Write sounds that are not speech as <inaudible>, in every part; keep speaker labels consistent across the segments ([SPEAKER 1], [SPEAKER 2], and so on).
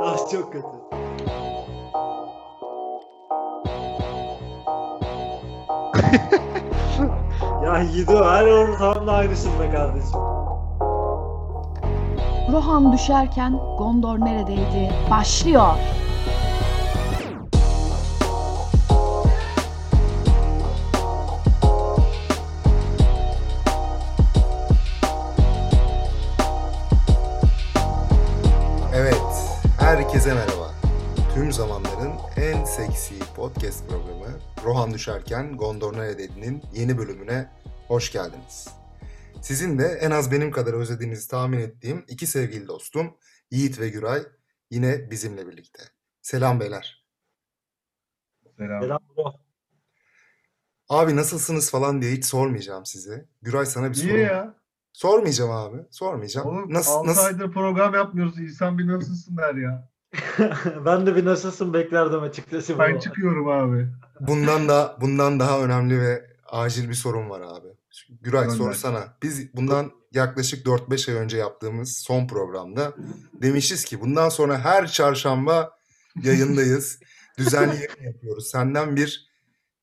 [SPEAKER 1] ah çok kötü. ya Yido her ortamda aynısın be kardeşim.
[SPEAKER 2] Rohan düşerken Gondor neredeydi? Başlıyor.
[SPEAKER 3] Evet, herkese merhaba. Tüm zamanların en seksi podcast programı Rohan Düşerken Gondor Nerede'nin yeni bölümüne hoş geldiniz. Sizin de en az benim kadar özlediğinizi tahmin ettiğim iki sevgili dostum Yiğit ve Güray yine bizimle birlikte. Selam beyler.
[SPEAKER 4] Selam.
[SPEAKER 1] Selam bro.
[SPEAKER 3] Abi nasılsınız falan diye hiç sormayacağım size. Güray sana bir soru.
[SPEAKER 4] Niye ya?
[SPEAKER 3] Sormayacağım abi. Sormayacağım.
[SPEAKER 4] Oğlum
[SPEAKER 3] nasıl
[SPEAKER 4] 6
[SPEAKER 3] nasıl
[SPEAKER 4] aydır program yapmıyoruz. İnsan bir nasılsın der ya.
[SPEAKER 1] <laughs> ben de bir nasılsın beklerdim açıkçası.
[SPEAKER 4] Ben
[SPEAKER 1] bro.
[SPEAKER 4] çıkıyorum abi.
[SPEAKER 3] Bundan da bundan daha önemli ve acil bir sorun var abi. Güray
[SPEAKER 4] Gönder.
[SPEAKER 3] sorsana. Biz bundan yaklaşık 4-5 ay önce yaptığımız son programda demişiz ki bundan sonra her çarşamba
[SPEAKER 1] <laughs>
[SPEAKER 3] yayındayız. Düzenli yayın yapıyoruz. Senden bir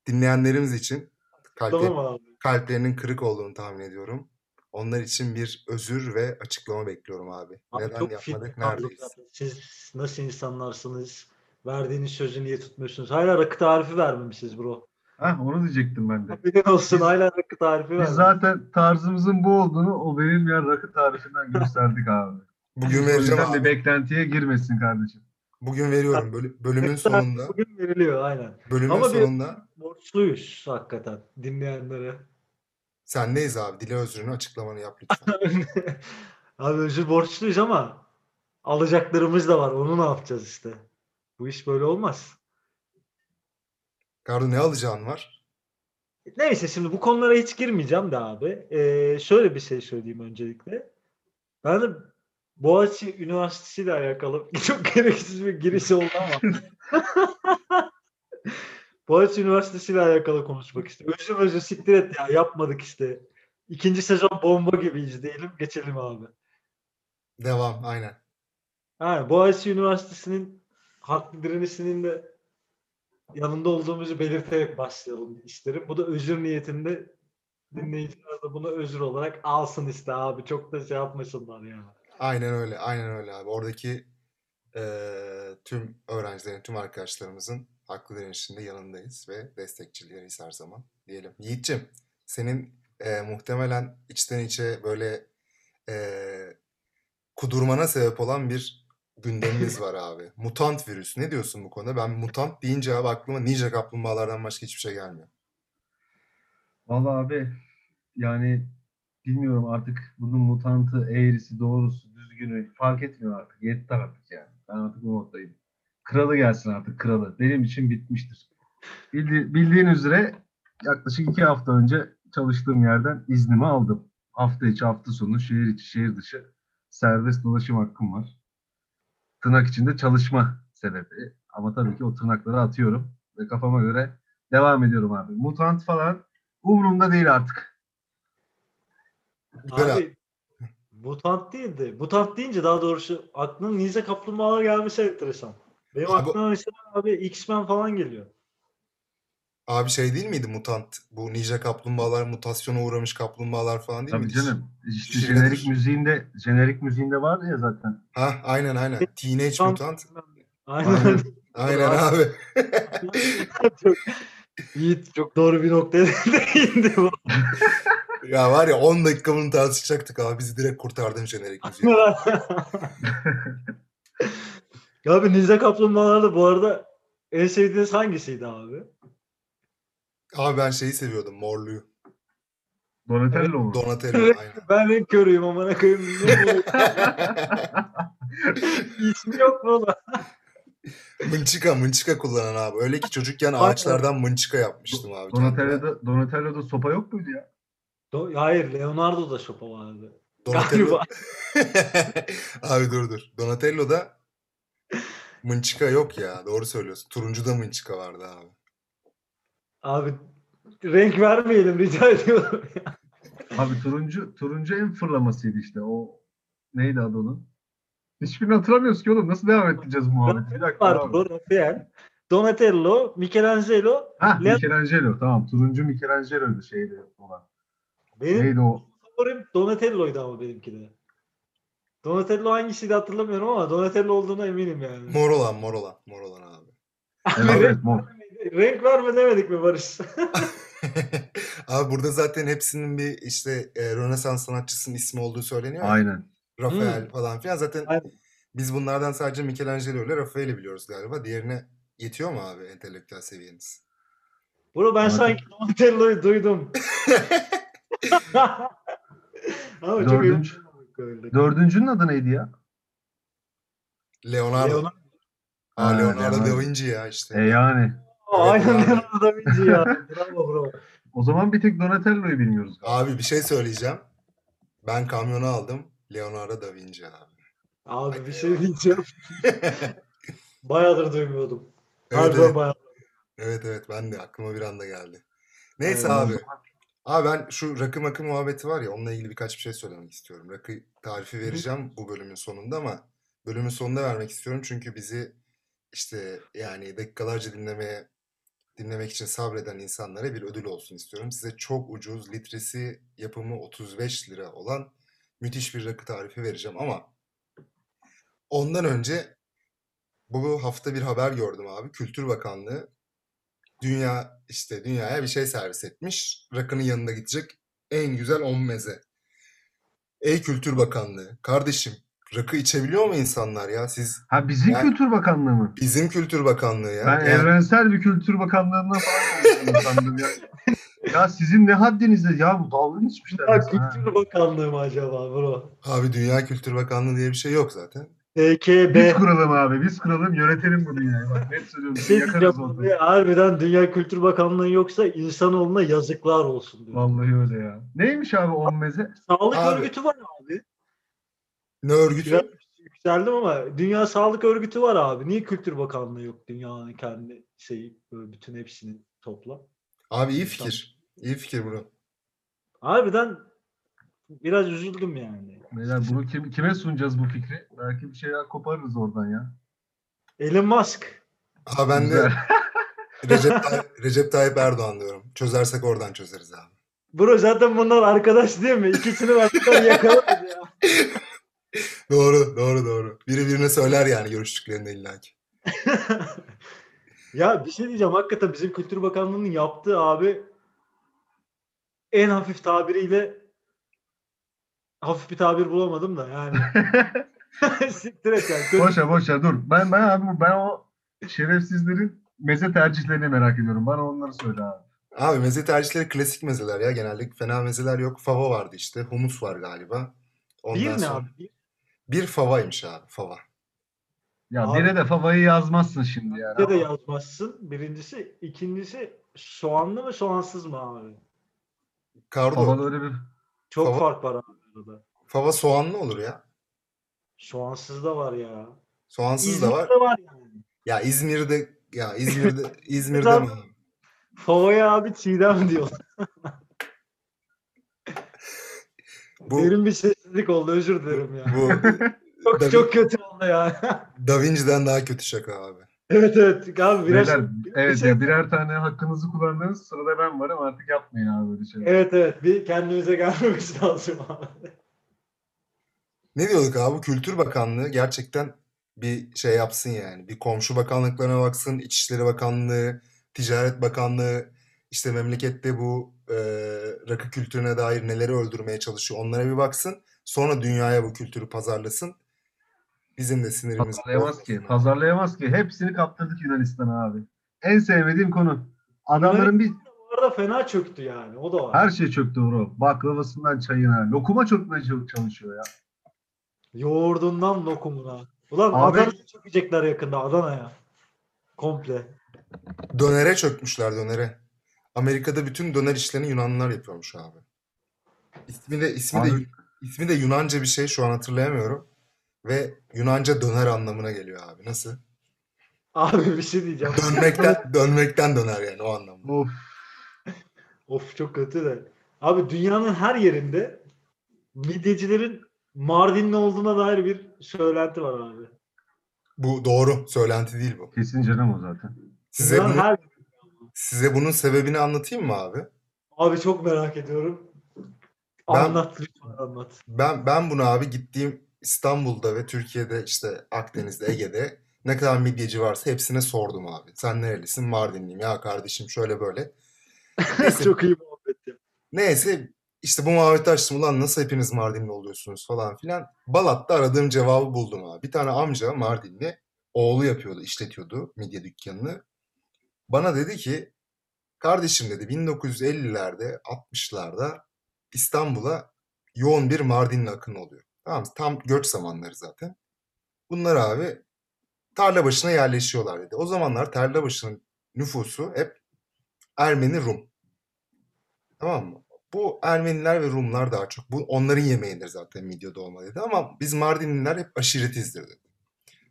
[SPEAKER 3] dinleyenlerimiz için kalpler-
[SPEAKER 1] Tamam abi.
[SPEAKER 3] kalplerinin kırık olduğunu tahmin ediyorum. Onlar için bir özür ve açıklama bekliyorum abi.
[SPEAKER 1] Abi
[SPEAKER 3] Neden
[SPEAKER 1] çok
[SPEAKER 3] yapmadık
[SPEAKER 1] fitne kaldık
[SPEAKER 3] neredeyiz?
[SPEAKER 1] zaten. Siz nasıl insanlarsınız? Verdiğiniz sözü niye tutmuyorsunuz? Hala rakı tarifi vermemişsiniz bro.
[SPEAKER 4] Heh, onu diyecektim ben de.
[SPEAKER 1] Haberin olsun
[SPEAKER 4] Biz-
[SPEAKER 1] hala rakı tarifi
[SPEAKER 4] Biz
[SPEAKER 1] vermemişsiniz.
[SPEAKER 4] zaten tarzımızın bu olduğunu o verilmeyen rakı tarifinden gösterdik abi.
[SPEAKER 3] Bugün
[SPEAKER 4] O
[SPEAKER 3] vereceğim
[SPEAKER 4] yüzden de
[SPEAKER 3] abi.
[SPEAKER 4] beklentiye girmesin kardeşim.
[SPEAKER 3] Bugün veriyorum. Bölü- Bölümün
[SPEAKER 1] Rakı tarifi <laughs>
[SPEAKER 3] sonunda.
[SPEAKER 1] Bugün veriliyor aynen.
[SPEAKER 3] Bölümün
[SPEAKER 1] Ama bir-
[SPEAKER 3] sonunda.
[SPEAKER 1] Borçluyuz hakikaten dinleyenlere.
[SPEAKER 3] Sendeyiz abi. Dile özrünü açıklamanı yap lütfen.
[SPEAKER 1] <laughs> Abi özür borçluyuz ama alacaklarımız da var. Onu ne yapacağız işte? Bu iş böyle olmaz.
[SPEAKER 3] Gardo ne alacağın var?
[SPEAKER 1] Neyse şimdi bu konulara hiç girmeyeceğim de abi. Ee, şöyle bir şey söyleyeyim öncelikle. Ben de Boğaziçi Üniversitesi ile alakalı <laughs> çok gereksiz bir giriş oldu ama. <laughs> Boğaziçi Üniversitesi ile alakalı konuşmak istiyorum. Özür özür siktir et ya yapmadık işte. İkinci sezon bomba gibi izleyelim geçelim abi.
[SPEAKER 3] Devam aynen.
[SPEAKER 1] Ha, Boğaziçi Üniversitesi'nin haklı direnişinin de yanında olduğumuzu belirterek başlayalım isterim. Bu da özür niyetinde dinleyiciler de bunu özür olarak alsın işte abi. Çok da şey yapmasınlar yani.
[SPEAKER 3] Aynen öyle. Aynen öyle abi. Oradaki eee, tüm öğrencilerin, tüm arkadaşlarımızın haklı direnişinde yanındayız ve destekçileriyiz her zaman diyelim. Yiğit'ciğim senin eee, muhtemelen içten içe böyle eee, kudurmana sebep olan bir gündemimiz var abi. Mutant virüsü. Ne diyorsun bu konuda? Ben mutant deyince abi aklıma ninja kaplumbağalardan başka hiçbir şey gelmiyor.
[SPEAKER 4] Vallahi abi yani bilmiyorum artık bunun mutantı, eğrisi, doğrusu, düzgünü fark etmiyor artık. Yetti artık yani. Ben artık bu moddayım. Kralı gelsin artık kralı. Benim için bitmiştir. Bildi- bildiğin üzere yaklaşık iki hafta önce çalıştığım yerden iznimi aldım. Hafta içi, hafta sonu, şehir içi, şehir dışı serbest dolaşım hakkım var. Tırnak içinde çalışma sebebi. Ama tabii ki o tırnakları atıyorum ve kafama göre devam ediyorum abi. Mutant falan Umurumda değil artık.
[SPEAKER 3] Güzel abi.
[SPEAKER 1] Abi mutant değildi. Mutant deyince daha doğrusu aklına Ninja Kaplumbağalar gelmesi enteresan. Benim
[SPEAKER 3] Abi-
[SPEAKER 1] aklıma mesela abi X-Men falan geliyor.
[SPEAKER 3] Abi şey değil miydi mutant? Bu ninja kaplumbağalar, mutasyona uğramış kaplumbağalar falan değil
[SPEAKER 4] Tabii
[SPEAKER 3] miydi?
[SPEAKER 4] canım. İşte
[SPEAKER 3] Şirindir.
[SPEAKER 4] jenerik müziğinde jenerik müziğinde vardı ya zaten.
[SPEAKER 3] Ha, aynen aynen. Teenage
[SPEAKER 1] Mutant.
[SPEAKER 3] Mutant.
[SPEAKER 1] Aynen.
[SPEAKER 3] Aynen abi.
[SPEAKER 1] çok, Yiğit çok doğru bir noktaya <laughs> değindi bu.
[SPEAKER 3] Ya var ya 10 dakika bunu tartışacaktık abi. Bizi direkt kurtardın jenerik müziği.
[SPEAKER 1] <laughs> ya abi Ninja Kaplumbağalar'da bu arada en sevdiğiniz hangisiydi abi?
[SPEAKER 3] Abi ben şeyi seviyordum. Morluyu.
[SPEAKER 4] Donatello mu?
[SPEAKER 3] Donatello aynen.
[SPEAKER 1] Ben en körüyüm amına koyayım.
[SPEAKER 4] <laughs>
[SPEAKER 1] bilmiyorum. İsmi yok mu lan?
[SPEAKER 3] mınçıka mınçıka kullanan abi. Öyle ki çocukken
[SPEAKER 1] Aynen.
[SPEAKER 3] ağaçlardan mınçıka yapmıştım abi. kendime.
[SPEAKER 4] Donatello'da, Donatello'da sopa yok muydu ya?
[SPEAKER 1] Do- Hayır Leonardo da şopa vardı.
[SPEAKER 3] Donatello. <laughs> abi dur dur. Donatello'da mınçıka yok ya. Doğru söylüyorsun. Turuncu'da mınçıka vardı abi.
[SPEAKER 1] Abi renk vermeyelim rica ediyorum.
[SPEAKER 4] Abi turuncu turuncu en fırlamasıydı işte o neydi adı onun? Hiçbirini hatırlamıyoruz ki oğlum. Nasıl devam ettireceğiz bu muhabbeti? Bir dakika. abi.
[SPEAKER 1] Bartolo, Rafael, Donatello, Michelangelo.
[SPEAKER 4] Hah
[SPEAKER 1] Leo-
[SPEAKER 4] Michelangelo tamam. Turuncu Michelangelo'ydu şeyde olan.
[SPEAKER 1] Benim
[SPEAKER 4] Neydi o?
[SPEAKER 1] favorim Donatello'ydu ama benimki de. Donatello hangisiydi hatırlamıyorum ama Donatello olduğuna eminim yani.
[SPEAKER 3] Mor olan mor olan. Mor olan abi.
[SPEAKER 4] Evet, evet, mor.
[SPEAKER 1] Renk var mı demedik mi Barış? <laughs>
[SPEAKER 3] <laughs> abi burada zaten hepsinin bir işte e, Rönesans sanatçısının ismi olduğu söyleniyor. ya.
[SPEAKER 4] Aynen.
[SPEAKER 3] Rafael
[SPEAKER 1] Hmm.
[SPEAKER 3] falan filan. Zaten
[SPEAKER 1] Aynen.
[SPEAKER 3] biz bunlardan sadece Michelangelo ile Rafael'i biliyoruz galiba. Diğerine yetiyor mu abi entelektüel seviyeniz?
[SPEAKER 1] Bunu ben
[SPEAKER 4] Donate-
[SPEAKER 1] sanki Donatello'yu duydum. ama çok
[SPEAKER 4] Dördüncü-
[SPEAKER 1] iyi. şey
[SPEAKER 4] Dördüncünün adı neydi ya?
[SPEAKER 3] Leonardo.
[SPEAKER 1] Leonardo.
[SPEAKER 3] Aa,
[SPEAKER 4] Ha,
[SPEAKER 3] Leonardo, da
[SPEAKER 4] Leonardo.
[SPEAKER 3] Vinci ya işte.
[SPEAKER 4] E yani.
[SPEAKER 1] Aa,
[SPEAKER 3] Evet,
[SPEAKER 1] Aynen
[SPEAKER 3] abi.
[SPEAKER 1] Leonardo da Vinci
[SPEAKER 4] <laughs>
[SPEAKER 1] ya. Bravo bravo.
[SPEAKER 4] O zaman bir tek Donatello'yu bilmiyoruz.
[SPEAKER 3] Abi bir şey söyleyeceğim. Ben kamyonu aldım. Leonardo da Vinci abi.
[SPEAKER 1] Abi bir şey diyeceğim. Bayağıdır duymuyordum.
[SPEAKER 3] Evet
[SPEAKER 1] Harbiden
[SPEAKER 3] evet,
[SPEAKER 1] bayağıdır.
[SPEAKER 3] evet evet ben de aklıma bir anda geldi. Neyse
[SPEAKER 1] Aynen.
[SPEAKER 3] abi. Abi ben şu rakı makı muhabbeti var ya onunla ilgili birkaç bir şey söylemek istiyorum. Rakı tarifi vereceğim bu bölümün sonunda ama bölümün sonunda vermek istiyorum çünkü bizi işte yani dakikalarca dinlemeye dinlemek için sabreden insanlara bir ödül olsun istiyorum. Size çok ucuz litresi yapımı 35 lira olan müthiş bir rakı tarifi vereceğim ama ondan önce bu hafta bir haber gördüm abi. Kültür Bakanlığı dünya işte dünyaya bir şey servis etmiş. Rakının yanında gidecek en güzel 10 meze. Ey Kültür Bakanlığı kardeşim rakı içebiliyor mu insanlar ya? Siz
[SPEAKER 4] Ha bizim
[SPEAKER 3] Ben-
[SPEAKER 4] Kültür Bakanlığı mı?
[SPEAKER 3] bizim Kültür Bakanlığı ya.
[SPEAKER 4] Ben
[SPEAKER 3] Yani-
[SPEAKER 4] evrensel bir kültür bakanlığından falan konuşuyorum sandım ya. Ya sizin ne haddinizde ya bu dalga geçmişler.
[SPEAKER 1] Ya
[SPEAKER 4] resmen ha.
[SPEAKER 1] Kültür Bakanlığı mı acaba bro?
[SPEAKER 3] Abi Dünya Kültür Bakanlığı diye bir şey yok zaten.
[SPEAKER 1] TKB.
[SPEAKER 4] Biz kuralım abi biz kuralım yönetelim bu dünyayı. Bak net söylüyorum
[SPEAKER 1] Bir
[SPEAKER 4] bizi
[SPEAKER 1] şey
[SPEAKER 4] yakarız
[SPEAKER 1] diyeceğim
[SPEAKER 4] onu.
[SPEAKER 1] abi, harbiden Dünya Kültür Bakanlığı yoksa insanoğluna yazıklar olsun diyor.
[SPEAKER 4] Vallahi öyle ya. Neymiş abi on meze?
[SPEAKER 1] Sağlık
[SPEAKER 3] Abi.
[SPEAKER 1] örgütü var abi.
[SPEAKER 3] Ne örgütü?
[SPEAKER 1] Biraz yükseldim ama Dünya Sağlık Örgütü var abi. Niye Kültür Bakanlığı yok dünyanın kendi şeyi böyle bütün hepsinin topla.
[SPEAKER 3] Abi iyi fikir. İyi fikir bunu.
[SPEAKER 1] Harbiden biraz üzüldüm yani.
[SPEAKER 4] Beyler bunu kim, kime sunacağız bu fikri? Belki bir şeyler koparırız oradan ya.
[SPEAKER 1] Elon Musk.
[SPEAKER 3] Aa ben de
[SPEAKER 4] Güzel.
[SPEAKER 3] <laughs> Recep, Tay- Recep Tayyip Erdoğan diyorum. Çözersek oradan çözeriz abi.
[SPEAKER 1] Bro zaten bunlar arkadaş değil mi? İkisini benden yakaladı ya.
[SPEAKER 3] Doğru, doğru, doğru. Biri birine söyler yani görüştüklerinde illaki.
[SPEAKER 1] ya bir şey diyeceğim hakikaten bizim Kültür Bakanlığı'nın yaptığı abi en hafif tabiriyle hafif bir tabir bulamadım da
[SPEAKER 3] <laughs>
[SPEAKER 1] yani. <laughs> Siktir et yani. Kötü-
[SPEAKER 4] Boşa boşa dur. Ben ben abi ben o şerefsizlerin meze tercihlerini merak ediyorum. Bana onları söyle abi.
[SPEAKER 3] Abi meze tercihleri klasik mezeler ya. Genelde fena mezeler yok. Fava vardı işte. Humus var galiba. Ondan
[SPEAKER 1] Bir ne
[SPEAKER 3] sonra-
[SPEAKER 1] abi? Bir-
[SPEAKER 3] Bir favaymış abi. Fava.
[SPEAKER 4] Ya
[SPEAKER 1] Abi-
[SPEAKER 4] bire de favayı yazmazsın şimdi yani.
[SPEAKER 1] Ya da yazmazsın. Birincisi. ikincisi soğanlı mı soğansız mı abi?
[SPEAKER 3] Kardo.
[SPEAKER 4] Favada öyle bir
[SPEAKER 1] Çok
[SPEAKER 3] Tamam.
[SPEAKER 1] fark var abi arada.
[SPEAKER 3] Fava soğanlı olur ya.
[SPEAKER 1] Soğansız da var ya.
[SPEAKER 3] Soğansız da var.
[SPEAKER 1] İzmir'de var yani.
[SPEAKER 3] Ya İzmir'de ya
[SPEAKER 1] <laughs>
[SPEAKER 3] İzmir'de İzmir'de
[SPEAKER 1] Neden?
[SPEAKER 3] mi? abi?
[SPEAKER 1] Favaya abi çiğdem diyor.
[SPEAKER 3] Bu
[SPEAKER 1] Derin bir sessizlik oldu özür dilerim ya. <laughs>
[SPEAKER 3] bu
[SPEAKER 1] çok
[SPEAKER 3] Tabii.
[SPEAKER 1] çok kötü oldu ya. <laughs>
[SPEAKER 3] Da Vinci'den daha kötü şaka abi.
[SPEAKER 1] evet evet abi biraz
[SPEAKER 4] Beyler,
[SPEAKER 1] bir
[SPEAKER 4] evet
[SPEAKER 1] şey-
[SPEAKER 4] ya birer tane hakkınızı kullandınız. Sırada ben varım artık yapmayın abi böyle şeyler.
[SPEAKER 1] Evet evet bir kendimize gelmemiz <laughs> lazım abi.
[SPEAKER 3] Ne diyorduk abi? Kültür Bakanlığı gerçekten bir şey yapsın yani. Bir komşu bakanlıklarına baksın. İçişleri Bakanlığı, Ticaret Bakanlığı işte memlekette bu e, rakı kültürüne dair neleri öldürmeye çalışıyor onlara bir baksın. Sonra dünyaya bu kültürü pazarlasın. Bizim de sinirimiz
[SPEAKER 4] Pazarlayamaz ki.
[SPEAKER 3] bozulmasın.
[SPEAKER 4] Pazarlayamaz ki. Hepsini kaptırdık Yunanistan'a abi. En sevmediğim konu. Adamların bir
[SPEAKER 1] Bu arada fena çöktü yani o da var.
[SPEAKER 4] her şey çöktü bro. Baklavasından çayına. Lokuma çökmeye çal- çalışıyor ya.
[SPEAKER 1] Yoğurdundan lokumuna. Ulan
[SPEAKER 4] Abi-
[SPEAKER 1] Adana'ya çökecekler yakında Adana'ya. Komple.
[SPEAKER 3] Dönere çökmüşler dönere. Amerika'da bütün döner işlerini Yunanlılar yapıyormuş abi. İsmi de ismi de
[SPEAKER 4] Abi-
[SPEAKER 3] ismi de Yunanca bir şey şu an hatırlayamıyorum ve Yunanca döner anlamına geliyor abi. Nasıl?
[SPEAKER 1] Abi bir şey diyeceğim.
[SPEAKER 3] Dönmekten dönmekten döner yani o anlamda.
[SPEAKER 4] Of.
[SPEAKER 1] Of çok kötü de. Abi dünyanın her yerinde midyecilerin Mardinli olduğuna dair bir söylenti var abi.
[SPEAKER 3] Bu doğru. Söylenti değil bu.
[SPEAKER 4] Kesin canım o zaten.
[SPEAKER 3] Size,
[SPEAKER 1] Ben
[SPEAKER 3] bunu-
[SPEAKER 1] her...
[SPEAKER 3] size bunun sebebini anlatayım mı abi?
[SPEAKER 1] Abi çok merak ediyorum.
[SPEAKER 3] Ben-
[SPEAKER 1] Anlat lütfen anlat.
[SPEAKER 3] Ben ben bunu abi gittiğim İstanbul'da ve Türkiye'de işte Akdeniz'de, Ege'de ne kadar midyeci varsa hepsine sordum abi. Sen nerelisin? Mardinliyim. Ya kardeşim şöyle böyle. Neyse,
[SPEAKER 1] çok iyi muhabbet ya.
[SPEAKER 3] neyse işte bu muhabbeti açtım. Ulan nasıl hepiniz Mardinli oluyorsunuz falan filan. Balat'ta aradığım cevabı buldum abi. Bir tane amca Mardinli oğlu yapıyordu, işletiyordu midye dükkanını. Bana dedi ki kardeşim dedi 1950'lerde 60'larda İstanbul'a yoğun bir Mardinli akını oluyor. Tamam mı? Tam göç zamanları zaten. Bunlar abi tarla başına yerleşiyorlar dedi. O zamanlar tarla başının nüfusu hep Ermeni Rum. Tamam mı? Bu Ermeniler ve Rumlar daha çok. Bu onların yemeğidir zaten midye dolma dedi. Ama biz Mardinliler hep aşiretizdir dedi.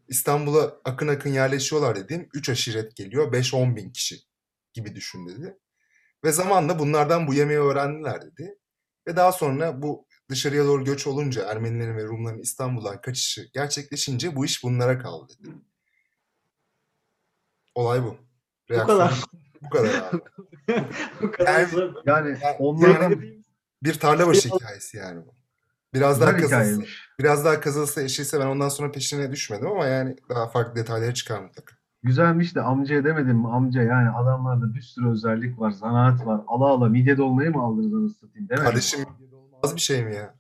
[SPEAKER 3] İstanbul'a akın akın yerleşiyorlar dediğim 3 aşiret geliyor. 5-10 bin kişi gibi düşün dedi. Ve zamanla bunlardan bu yemeği öğrendiler dedi. Ve daha sonra bu dışarıya doğru göç olunca Ermenilerin ve Rumların İstanbul'dan kaçışı gerçekleşince bu iş bunlara kaldı dedi. Olay bu.
[SPEAKER 1] Bu kadar. <laughs>
[SPEAKER 3] Bu kadar abi.
[SPEAKER 1] Bu kadar.
[SPEAKER 3] Yani-
[SPEAKER 1] zor.
[SPEAKER 4] Yani
[SPEAKER 3] Yani
[SPEAKER 4] onlardan
[SPEAKER 1] Dediğim-
[SPEAKER 3] Bir tarlabaşı hikayesi yani bu. Biraz daha
[SPEAKER 4] güzel
[SPEAKER 3] kazılsa,
[SPEAKER 4] hikayeymiş.
[SPEAKER 3] biraz daha kazılsa eşiyse ben ondan sonra peşine düşmedim ama yani daha farklı detaylara çıkar mutlaka.
[SPEAKER 4] Güzelmiş de amcaya demedim mi amca yani adamlarda bir sürü özellik var, zanaat var. Ala ala midye dolmayı mı aldınız anasını satayım demedim mi?
[SPEAKER 3] Kardeşim az bir şey mi ya?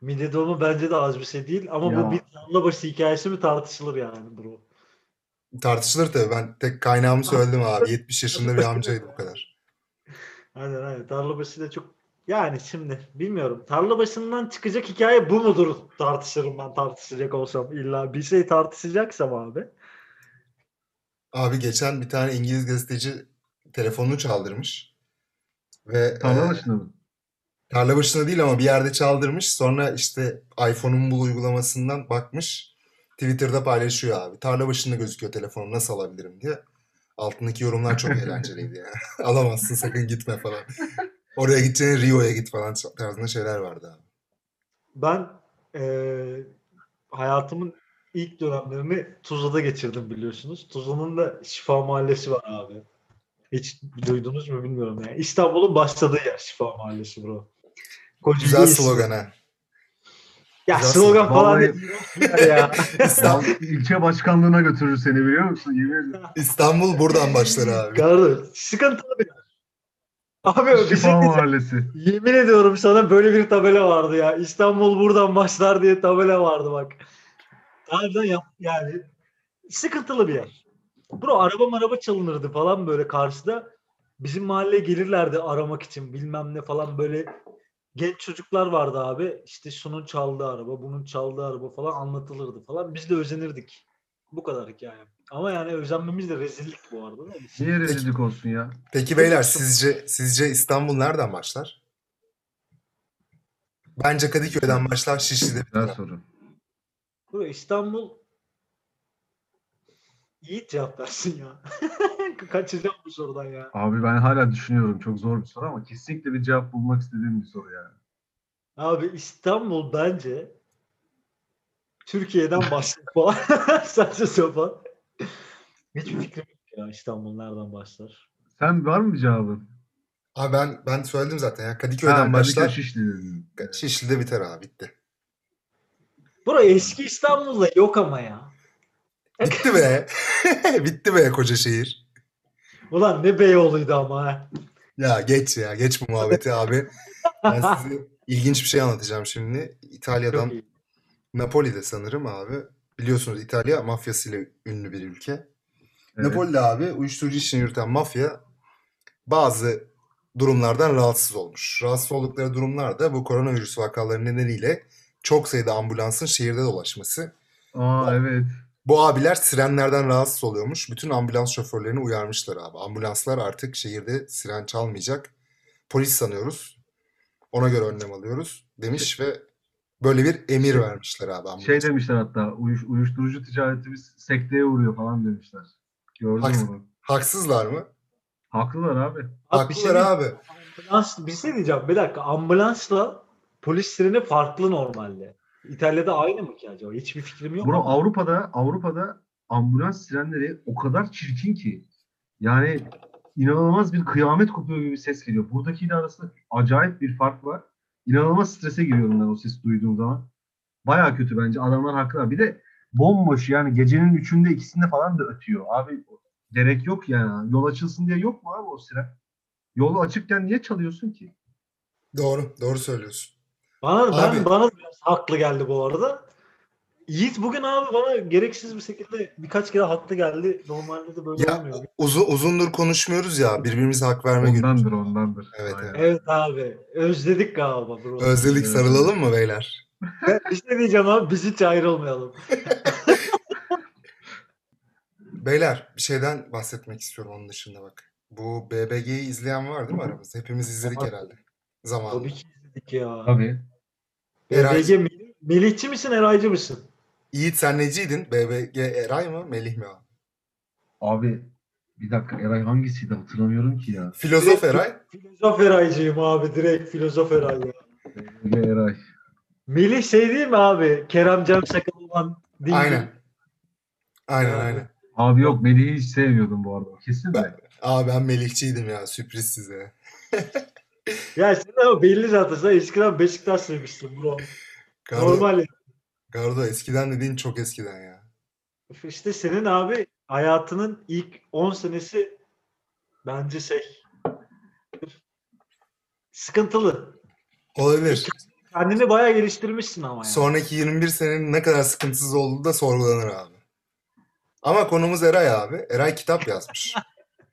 [SPEAKER 1] Midye dolma bence de az bir şey değil ama
[SPEAKER 4] Ya.
[SPEAKER 1] bu bir tarla başı hikayesi mi tartışılır yani bro.
[SPEAKER 3] Tartışılır tabii. Ben tek kaynağımı söyledim
[SPEAKER 4] <laughs>
[SPEAKER 3] abi. 70 yaşında bir amcaydı bu kadar.
[SPEAKER 1] Aynen aynen tarla başı da çok yani şimdi bilmiyorum. Tarla başından çıkacak hikaye bu mudur tartışırım ben tartışacak olsam. İlla bir şey tartışacaksam abi.
[SPEAKER 3] Abi geçen bir tane İngiliz gazeteci telefonunu çaldırmış. Ve
[SPEAKER 4] Tarla
[SPEAKER 3] e,
[SPEAKER 4] başında mı?
[SPEAKER 3] Tarla başında değil ama bir yerde çaldırmış. Sonra işte iPhone'un bu uygulamasından bakmış. Twitter'da paylaşıyor abi. Tarla başında gözüküyor telefonu nasıl alabilirim diye. Altındaki yorumlar çok eğlenceliydi ya. <laughs> Alamazsın sakın gitme falan. Oraya gideceğine Rio'ya git falan tarzında şeyler vardı abi.
[SPEAKER 1] Ben eee, hayatımın ilk dönemlerini Tuzla'da geçirdim biliyorsunuz. Tuzla'nın da Şifa Mahallesi var abi. Hiç duydunuz mu bilmiyorum yani. İstanbul'un başladığı yer Şifa Mahallesi bro. Koca
[SPEAKER 3] Güzel
[SPEAKER 1] bir
[SPEAKER 3] slogan ha.
[SPEAKER 1] Ya
[SPEAKER 3] Güzel
[SPEAKER 1] slogan
[SPEAKER 4] slogan.
[SPEAKER 1] falan
[SPEAKER 4] Vallahi-
[SPEAKER 1] değil. ya.
[SPEAKER 4] <laughs>
[SPEAKER 3] İstanbul,
[SPEAKER 4] ilçe başkanlığına götürür seni biliyor musun? Yemin ederim.
[SPEAKER 1] <laughs>
[SPEAKER 3] İstanbul buradan başlar abi.
[SPEAKER 1] Kardeşim sıkıntılı bir yer. Abi bir şey
[SPEAKER 4] Şifa
[SPEAKER 1] diyeceğim.
[SPEAKER 4] Mahallesi.
[SPEAKER 1] Yemin ediyorum sana böyle bir tabela vardı ya. İstanbul buradan başlar diye tabela vardı bak. Harbiden yap yani. Sıkıntılı bir yer. Bro araba maraba çalınırdı falan böyle karşıda. Bizim mahalleye gelirlerdi aramak için bilmem ne falan böyle genç çocuklar vardı abi. İşte şunun çaldığı araba, bunun çaldığı araba falan anlatılırdı falan. Biz de özenirdik. Bu kadar hikaye. Ama yani özenmemiz de rezillik bu arada. da.
[SPEAKER 4] Niye rezillik olsun ya?
[SPEAKER 3] Peki beyler sizce sizce İstanbul nereden başlar? Bence Kadıköy'den başlar, Şişli'de
[SPEAKER 4] Güzel
[SPEAKER 3] biter.
[SPEAKER 4] soru.
[SPEAKER 1] Bro İstanbul iyi cevap versin ya. <laughs> Kaçacağım bu sorudan ya.
[SPEAKER 4] Abi ben hala düşünüyorum. Çok zor bir soru ama kesinlikle bir cevap bulmak istediğim bir soru yani.
[SPEAKER 1] Abi İstanbul bence Türkiye'den başlar falan. <laughs> Saçma sapan. Hiçbir fikrim yok ya İstanbul nereden başlar.
[SPEAKER 4] Sen var mı bir cevabın?
[SPEAKER 3] Abi ben ben söyledim zaten ya.
[SPEAKER 4] Ha,
[SPEAKER 3] Kadıköy'den
[SPEAKER 4] Kadıköy
[SPEAKER 3] başlar.
[SPEAKER 4] Şişli dedin.
[SPEAKER 3] Şişli'de biter
[SPEAKER 1] <laughs>
[SPEAKER 3] abi bitti.
[SPEAKER 1] Bro eski İstanbul'da yok ama ya.
[SPEAKER 3] Bitti be. <laughs> bitti be koca şehir.
[SPEAKER 1] Ulan ne Beyoğlu'ydu ama ha.
[SPEAKER 3] Ya geç ya geç bu muhabbeti abi. Ben
[SPEAKER 1] <laughs>
[SPEAKER 3] size ilginç bir şey anlatacağım şimdi.
[SPEAKER 1] Çok
[SPEAKER 3] İtalya'dan
[SPEAKER 1] iyi.
[SPEAKER 3] Napoli'de sanırım abi. Biliyorsunuz İtalya mafyasıyla ünlü bir ülke.
[SPEAKER 4] Evet.
[SPEAKER 3] Napoli'de abi uyuşturucu işini yürüten mafya bazı durumlardan rahatsız olmuş. Rahatsız oldukları durumlar da bu koronavirüs vakaları nedeniyle çok sayıda ambulansın şehirde dolaşması.
[SPEAKER 4] Aa evet.
[SPEAKER 3] Bu abiler sirenlerden rahatsız oluyormuş. Bütün ambulans şoförlerini uyarmışlar abi. Ambulanslar artık şehirde siren çalmayacak. Polis sanıyoruz. Ona göre önlem alıyoruz demiş
[SPEAKER 1] Şey-
[SPEAKER 3] ve böyle bir emir
[SPEAKER 4] Şey-
[SPEAKER 3] vermişler abi ambulans.
[SPEAKER 4] Şey demişler hatta uyuş- uyuşturucu ticaretimiz sekteye uğruyor falan demişler. Gördün mü
[SPEAKER 3] Haksız-
[SPEAKER 4] bunu?
[SPEAKER 3] Haksızlar mı?
[SPEAKER 4] Haklılar abi.
[SPEAKER 1] Abi bir şey
[SPEAKER 3] Haklılar
[SPEAKER 1] diyeyim.
[SPEAKER 3] abi.
[SPEAKER 1] Ambulans, bir şey diyeceğim. Bir dakika. Ambulansla polis sireni farklı normalde. İtalya'da aynı mı ki acaba? Hiçbir fikrim yok.
[SPEAKER 4] Bro Avrupa'da Avrupa'da ambulans sirenleri o kadar çirkin ki yani inanılmaz bir kıyamet kopuyor gibi bir ses geliyor. Buradakiyle arasında acayip bir fark var. İnanılmaz strese giriyorum ben o sesi duyduğum zaman. Baya kötü bence. Adamlar haklılar. Bir de bomboş yani gecenin üçünde ikisinde falan da ötüyor. Abi gerek yok yani. Yol açılsın diye yok mu abi o siren? Yolu açıkken niye çalıyorsun ki?
[SPEAKER 3] Doğru, doğru söylüyorsun.
[SPEAKER 1] Bana ben
[SPEAKER 3] Abi-
[SPEAKER 1] bana da biraz haklı geldi bu arada. Yiğit bugün abi bana gereksiz bir şekilde birkaç kere haklı geldi. Normalde de böyle
[SPEAKER 3] Ya
[SPEAKER 1] olmuyor.
[SPEAKER 3] uzun uzundur konuşmuyoruz ya birbirimize hak verme günü.
[SPEAKER 4] Ondandır ondandır.
[SPEAKER 3] Evet,
[SPEAKER 4] Aynen.
[SPEAKER 1] Evet abi. Özledik galiba bro. <laughs>
[SPEAKER 3] Özledik
[SPEAKER 4] Evet.
[SPEAKER 3] sarılalım mı beyler?
[SPEAKER 1] bir şey diyeceğim abi biz hiç ayrılmayalım.
[SPEAKER 3] Beyler bir şeyden bahsetmek istiyorum onun dışında bak. Bu BBG'yi izleyen var değil mi aramızda? Hepimiz izledik
[SPEAKER 1] Var.
[SPEAKER 3] herhalde. Zamanında.
[SPEAKER 1] Tabii ki izledik ya.
[SPEAKER 4] Tabii.
[SPEAKER 1] BBG Mil- Melihçi misin Eraycı mısın?
[SPEAKER 3] Yiğit sen neciydin? BBG Eray mı? Melih mi? o?
[SPEAKER 4] Abi bir dakika Eray hangisiydi hatırlamıyorum ki ya.
[SPEAKER 3] Filozof Eray.
[SPEAKER 1] Filozof Eraycıyım abi direkt filozof Eray ya.
[SPEAKER 4] Ve Eray.
[SPEAKER 1] Melih şey değil mi abi? Kerem Cem Sakal olan değil mi?
[SPEAKER 3] Aynen. Aynen
[SPEAKER 1] Yani.
[SPEAKER 3] aynen.
[SPEAKER 4] Abi yok Melih'i hiç sevmiyordum bu arada. Kesin de.
[SPEAKER 3] Aa ben Melihçiydim ya sürpriz size.
[SPEAKER 1] Ya sen ama belli zaten. Sen eskiden Beşiktaşlıymışsın bro.
[SPEAKER 3] Gardo,
[SPEAKER 1] Normal ya.
[SPEAKER 3] Gardo eskiden dediğin çok eskiden ya.
[SPEAKER 1] İşte senin abi hayatının ilk 10 senesi bence şey sıkıntılı.
[SPEAKER 3] Olabilir.
[SPEAKER 1] Kendini bayağı geliştirmişsin ama yani.
[SPEAKER 3] Sonraki 21 senenin ne kadar sıkıntısız olduğu da sorgulanır abi. Ama konumuz Eray abi. Eray kitap
[SPEAKER 4] <laughs>
[SPEAKER 3] yazmış.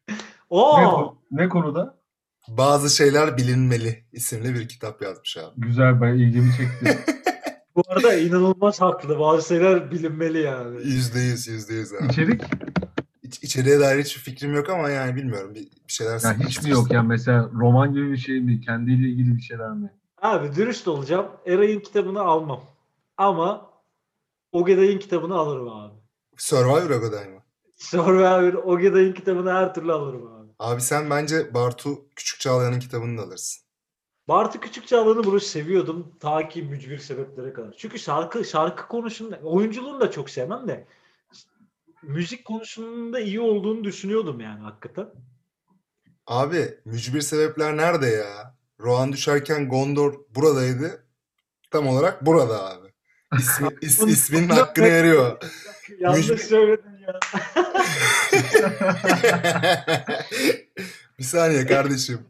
[SPEAKER 4] Ne,
[SPEAKER 1] Oo!
[SPEAKER 4] ko- ne konuda?
[SPEAKER 3] Bazı şeyler bilinmeli isimli bir kitap yazmış abi.
[SPEAKER 4] Güzel ben ilgimi çekti.
[SPEAKER 1] Bu <laughs> arada inanılmaz haklı. Bazı şeyler bilinmeli yani.
[SPEAKER 3] Yüzde yüz, yüzde yüz abi.
[SPEAKER 4] <laughs> İçerik
[SPEAKER 3] İç- içeriye dair hiçbir fikrim yok ama yani bilmiyorum. Bir, bir şeyler
[SPEAKER 4] ya hiç mi yok ya mesela roman gibi bir şey mi? Kendiyle ilgili bir şeyler mi?
[SPEAKER 1] Abi dürüst olacağım. Eray'ın kitabını almam. Ama Ogeday'ın kitabını alırım abi.
[SPEAKER 3] Survivor Agoday mı?
[SPEAKER 1] Survivor Ogeday'ın kitabını her türlü alırım abi.
[SPEAKER 3] Abi sen bence Bartu Küçük Çağlayan'ın kitabını da alırsın.
[SPEAKER 1] Bartu Küçükçağlan'ı bunu seviyordum ta ki mücbir sebeplere kadar. Çünkü şarkı şarkı konusunda oyunculuğunu da çok sevmem de müzik konusunda iyi olduğunu düşünüyordum yani hakikaten.
[SPEAKER 3] Abi mücbir sebepler nerede ya? Rohan düşerken Gondor buradaydı. Tam olarak burada abi. İsmi, <laughs> is- isminin <laughs> hakkını veriyor.
[SPEAKER 1] Yanlış
[SPEAKER 3] Mücbir-
[SPEAKER 1] söyledim ya.
[SPEAKER 3] bir saniye <laughs> kardeşim.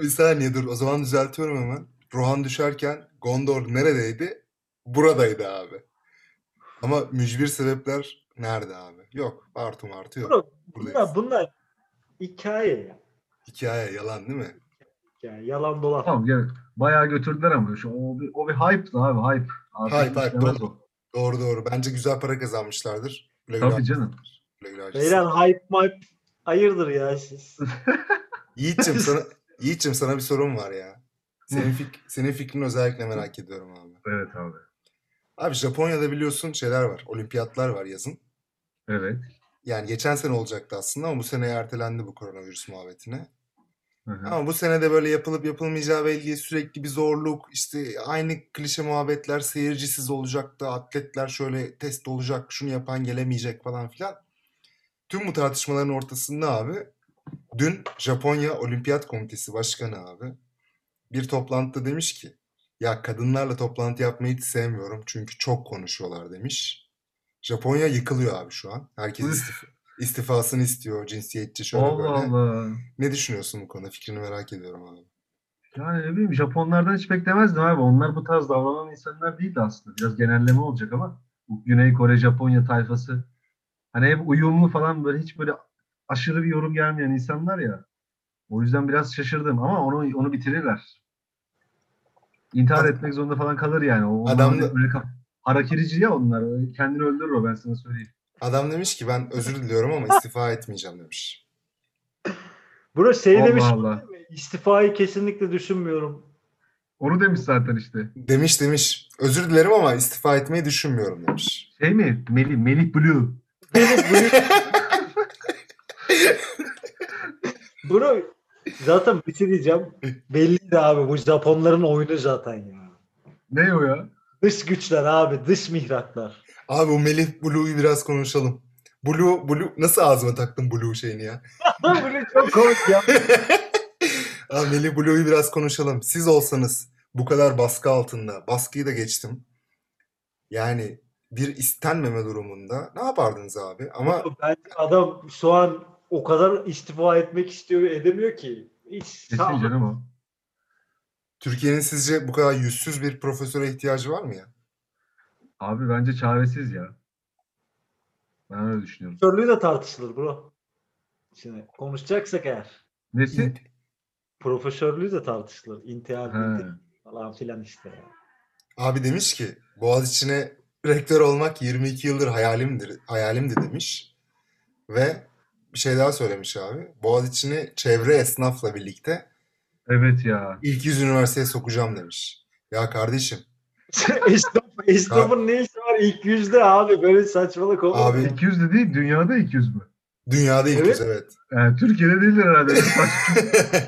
[SPEAKER 3] bir saniye dur. O zaman düzeltiyorum hemen. Rohan düşerken Gondor neredeydi? Buradaydı abi. Ama mücbir sebepler nerede abi? Yok. Bartu martı yok.
[SPEAKER 1] Bro,
[SPEAKER 3] Buradayız.
[SPEAKER 1] Bunlar, bunlar hikaye ya.
[SPEAKER 3] Hikaye yalan değil mi?
[SPEAKER 1] Yani yalan dolan.
[SPEAKER 4] Tamam gel. Bayağı götürdüler ama şu o bir, o bir hype abi hype. Artık
[SPEAKER 3] Hype, hype,
[SPEAKER 4] işlemez
[SPEAKER 3] doğru.
[SPEAKER 4] o.
[SPEAKER 3] Doğru doğru. Bence güzel para kazanmışlardır. Güle güle
[SPEAKER 4] Tabii canım.
[SPEAKER 3] Güle güle harcasın.
[SPEAKER 1] Beyler hype hype hayırdır ya siz.
[SPEAKER 3] Yiğit'cim sana, Yiğit'cim sana bir sorum var ya. Senin, fik- senin fikrini özellikle merak ediyorum abi.
[SPEAKER 4] Evet abi.
[SPEAKER 3] Abi Japonya'da biliyorsun şeyler var. Olimpiyatlar var yazın.
[SPEAKER 4] Evet.
[SPEAKER 3] Yani geçen sene olacaktı aslında ama bu seneye ertelendi bu koronavirüs muhabbetine.
[SPEAKER 4] Hı hı.
[SPEAKER 3] Ama bu sene de böyle yapılıp yapılmayacağı belli değil. sürekli bir zorluk. işte aynı klişe muhabbetler seyircisiz olacaktı. Atletler şöyle test olacak. Şunu yapan gelemeyecek falan filan. Tüm bu tartışmaların ortasında abi dün Japonya Olimpiyat Komitesi Başkanı abi bir toplantıda demiş ki ya kadınlarla toplantı yapmayı hiç sevmiyorum çünkü çok konuşuyorlar demiş. Japonya yıkılıyor abi şu an. Herkes
[SPEAKER 4] Üf.
[SPEAKER 3] istif- istifasını istiyor cinsiyetçi şöyle böyle.
[SPEAKER 4] Allah Allah.
[SPEAKER 3] Ne düşünüyorsun bu konuda? Fikrini merak ediyorum abi.
[SPEAKER 4] Yani ne bileyim Japonlardan hiç beklemezdim abi. Onlar bu tarz davranan insanlar değildi aslında. Biraz genelleme olacak ama bu Güney Kore, Japonya tayfası hani hep uyumlu falan böyle hiç böyle aşırı bir yorum gelmeyen insanlar ya. O yüzden biraz şaşırdım ama onu onu bitirirler. İntihar
[SPEAKER 3] Adam-
[SPEAKER 4] etmek zorunda falan kalır yani. O, onlar
[SPEAKER 3] Adam-
[SPEAKER 4] hep böyle kaf- harakirici ya onlar. Öyle Kendini öldürür o ben sana söyleyeyim.
[SPEAKER 3] Adam demiş ki ben özür diliyorum ama istifa etmeyeceğim demiş.
[SPEAKER 1] Bro şey
[SPEAKER 4] Allah
[SPEAKER 1] demiş
[SPEAKER 4] Allah.
[SPEAKER 1] değil mi? İstifayı kesinlikle düşünmüyorum.
[SPEAKER 4] Onu demiş zaten işte.
[SPEAKER 3] Demiş demiş. Özür dilerim ama istifa etmeyi düşünmüyorum demiş.
[SPEAKER 4] Şey mi? Melih, Melih Blue.
[SPEAKER 1] <laughs> Bro zaten bir şey diyeceğim. Belliydi abi bu Japonların oyunu zaten ya.
[SPEAKER 4] Ne o ya?
[SPEAKER 1] Dış güçler abi, dış mihraklar. <laughs>
[SPEAKER 3] Abi bu Melih Blue'yu biraz konuşalım. Blue, Blue nasıl ağzıma taktın Blue şeyini ya? <laughs>
[SPEAKER 1] Böyle çok komik ya.
[SPEAKER 3] Abi Melih Blue'yu biraz konuşalım. Siz olsanız bu kadar baskı altında, baskıyı da geçtim. Yani bir istenmeme durumunda ne yapardınız abi? Ama
[SPEAKER 1] Bence adam şu an o kadar istifa etmek istiyor ve edemiyor ki. Hiç
[SPEAKER 4] Kesin canım o.
[SPEAKER 3] Türkiye'nin sizce bu kadar yüzsüz bir profesöre ihtiyacı var mı ya?
[SPEAKER 4] Abi bence çaresiz ya. Ben öyle düşünüyorum.
[SPEAKER 1] profesörlüğü de tartışılır bro. Şimdi konuşacaksak eğer.
[SPEAKER 4] Nesi?
[SPEAKER 1] Profesörlüğü de tartışılır. İntihar,
[SPEAKER 4] He.
[SPEAKER 1] mintihar falan filan işte.
[SPEAKER 3] Abi demiş ki Boğaziçi'ne rektör olmak 22 yıldır hayalimdir, hayalimdi demiş. Ve bir şey daha söylemiş abi. Boğaziçi'ni çevre esnafla birlikte
[SPEAKER 4] Evet ya.
[SPEAKER 3] ilk yüz üniversiteye sokacağım demiş. Ya kardeşim
[SPEAKER 1] <laughs> Esnaf, esnafın ne işi var ilk yüzde abi böyle saçmalık olur.
[SPEAKER 3] Abi-
[SPEAKER 1] Abi.
[SPEAKER 4] 200 de değil, dünyada 200 mü?
[SPEAKER 3] dünyada ilk
[SPEAKER 1] Evet.
[SPEAKER 3] yüz evet.
[SPEAKER 4] Yani Türkiye'de değildir
[SPEAKER 3] <laughs>
[SPEAKER 4] herhalde.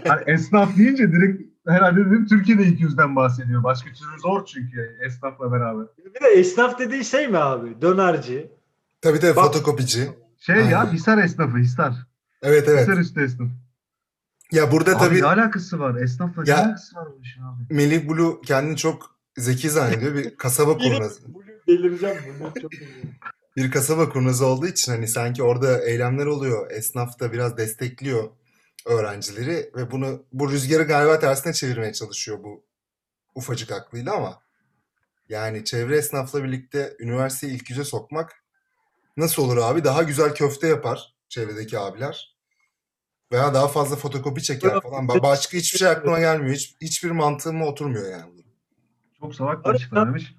[SPEAKER 4] Hani esnaf deyince direkt herhalde dedim Türkiye'de 200'den bahsediyor. Başka türlü zor çünkü esnafla beraber.
[SPEAKER 1] Bir de esnaf dediği şey mi abi? Dönerci.
[SPEAKER 3] tabii tabii
[SPEAKER 1] Bak-
[SPEAKER 3] fotokopici.
[SPEAKER 4] Şey
[SPEAKER 3] Aynen.
[SPEAKER 4] ya Hisar esnafı, Hisar.
[SPEAKER 3] Evet evet.
[SPEAKER 4] Hisar üstü esnaf.
[SPEAKER 3] Ya burada
[SPEAKER 4] Abi
[SPEAKER 3] tabii
[SPEAKER 4] ne alakası var? Esnafla
[SPEAKER 3] Ya-
[SPEAKER 4] ne alakası var bu işin abi?
[SPEAKER 3] Melih Blue kendini çok zeki zannediyor. Bir kasaba kurnazı.
[SPEAKER 1] Bugün delireceğim. Bunlar çok
[SPEAKER 3] <laughs>
[SPEAKER 1] iyi.
[SPEAKER 3] bir kasaba kurnazı olduğu için hani sanki orada eylemler oluyor. Esnaf da biraz destekliyor öğrencileri ve bunu bu rüzgarı galiba tersine çevirmeye çalışıyor bu ufacık aklıyla ama yani çevre esnafla birlikte üniversiteyi ilk yüze sokmak nasıl olur abi? Daha güzel köfte yapar çevredeki abiler. Veya daha fazla fotokopi çeker falan. Ba- Başka hiçbir şey aklıma gelmiyor. Hiç, hiçbir mantığıma oturmuyor yani.
[SPEAKER 4] Çok salak bir
[SPEAKER 1] Arada-
[SPEAKER 4] açıklamamış.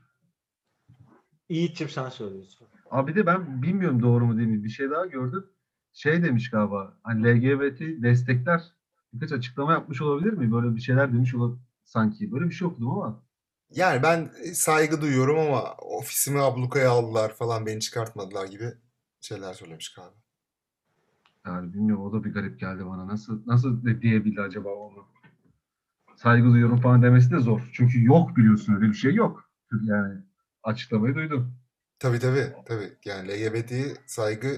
[SPEAKER 1] Yiğit'ciğim sen söylüyorsun.
[SPEAKER 4] Abi de ben bilmiyorum doğru mu değil mi bir şey daha gördüm. Şey demiş galiba hani LGBT destekler birkaç açıklama yapmış olabilir mi? Böyle bir şeyler demiş olabilir sanki. Böyle bir şey okudum ama.
[SPEAKER 3] Yani ben e, saygı duyuyorum ama ofisimi ablukaya aldılar falan beni çıkartmadılar gibi şeyler söylemiş galiba.
[SPEAKER 4] Yani bilmiyorum o da bir garip geldi bana. Nasıl nasıl de diyebildi acaba onu? Saygı duyuyorum falan demesi de zor. Çünkü yok biliyorsun öyle bir şey yok. Yani açıklamayı duydum.
[SPEAKER 3] Tabii tabii tabii. Yani LGBT'ye saygı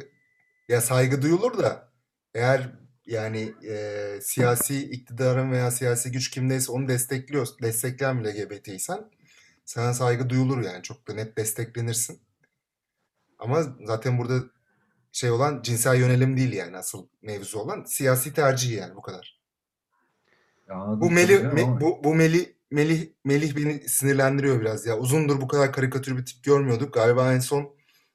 [SPEAKER 3] ya saygı duyulur da eğer yani eee, siyasi iktidarın veya siyasi güç kimdeyse onu destekliyor, destekleyen bir LGBT'ysen sana saygı duyulur yani çok da net desteklenirsin. Ama zaten burada şey olan cinsel yönelim değil yani asıl mevzu olan siyasi tercih yani bu kadar.
[SPEAKER 4] Ya anladım
[SPEAKER 3] Bu
[SPEAKER 4] tabii
[SPEAKER 3] Melih
[SPEAKER 4] canım
[SPEAKER 3] Me-
[SPEAKER 4] ama-
[SPEAKER 3] bu, bu Melih Melih Melih beni sinirlendiriyor biraz ya. Uzundur bu kadar karikatür bir tip görmüyorduk. Galiba en son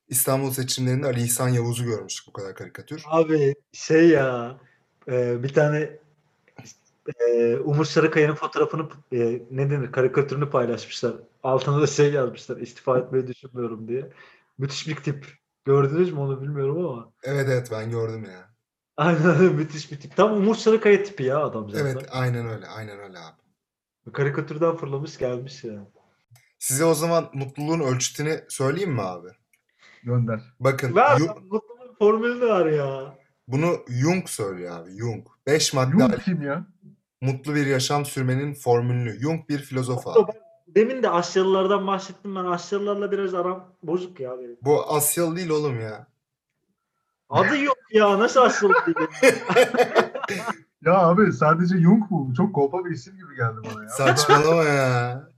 [SPEAKER 3] İstanbul seçimlerinde Ali İhsan Yavuz'u görmüştük bu kadar karikatür.
[SPEAKER 1] Abi şey ya e, bir tane e, Umur Sarıkaya'nın fotoğrafını e, ne denir karikatürünü paylaşmışlar. Altına da şey yazmışlar istifa etmeyi düşünmüyorum diye. Müthiş bir tip. Gördünüz mü onu bilmiyorum ama. <laughs>
[SPEAKER 3] Evet evet ben gördüm ya.
[SPEAKER 1] Aynen müthiş bir tip. Tam Umur Sarıkaya tipi ya adam zaten.
[SPEAKER 3] Evet aynen öyle aynen öyle abi.
[SPEAKER 1] Karikatürden fırlamış gelmiş ya.
[SPEAKER 3] Size o zaman mutluluğun ölçütünü söyleyeyim mi abi?
[SPEAKER 4] Gönder.
[SPEAKER 3] Bakın
[SPEAKER 1] Ver
[SPEAKER 3] Yu-
[SPEAKER 1] mutluluğun formülünü ver ya.
[SPEAKER 3] bunu Jung söylüyor abi Jung. Beş madde
[SPEAKER 4] Yuh kim ya?
[SPEAKER 3] mutlu bir yaşam sürmenin formülünü. Jung bir filozof abi.
[SPEAKER 1] Hatta Demin de Asyalılardan bahsettim ben. Asyalılarla biraz aram bozuk ya benim.
[SPEAKER 3] Bu Asyalı değil oğlum ya.
[SPEAKER 1] Adı yok ya. Nasıl Asyalı değil?
[SPEAKER 4] Ya abi sadece Jung mu? Çok kolpa bir isim gibi geldi bana ya.
[SPEAKER 3] Saçmalama ya.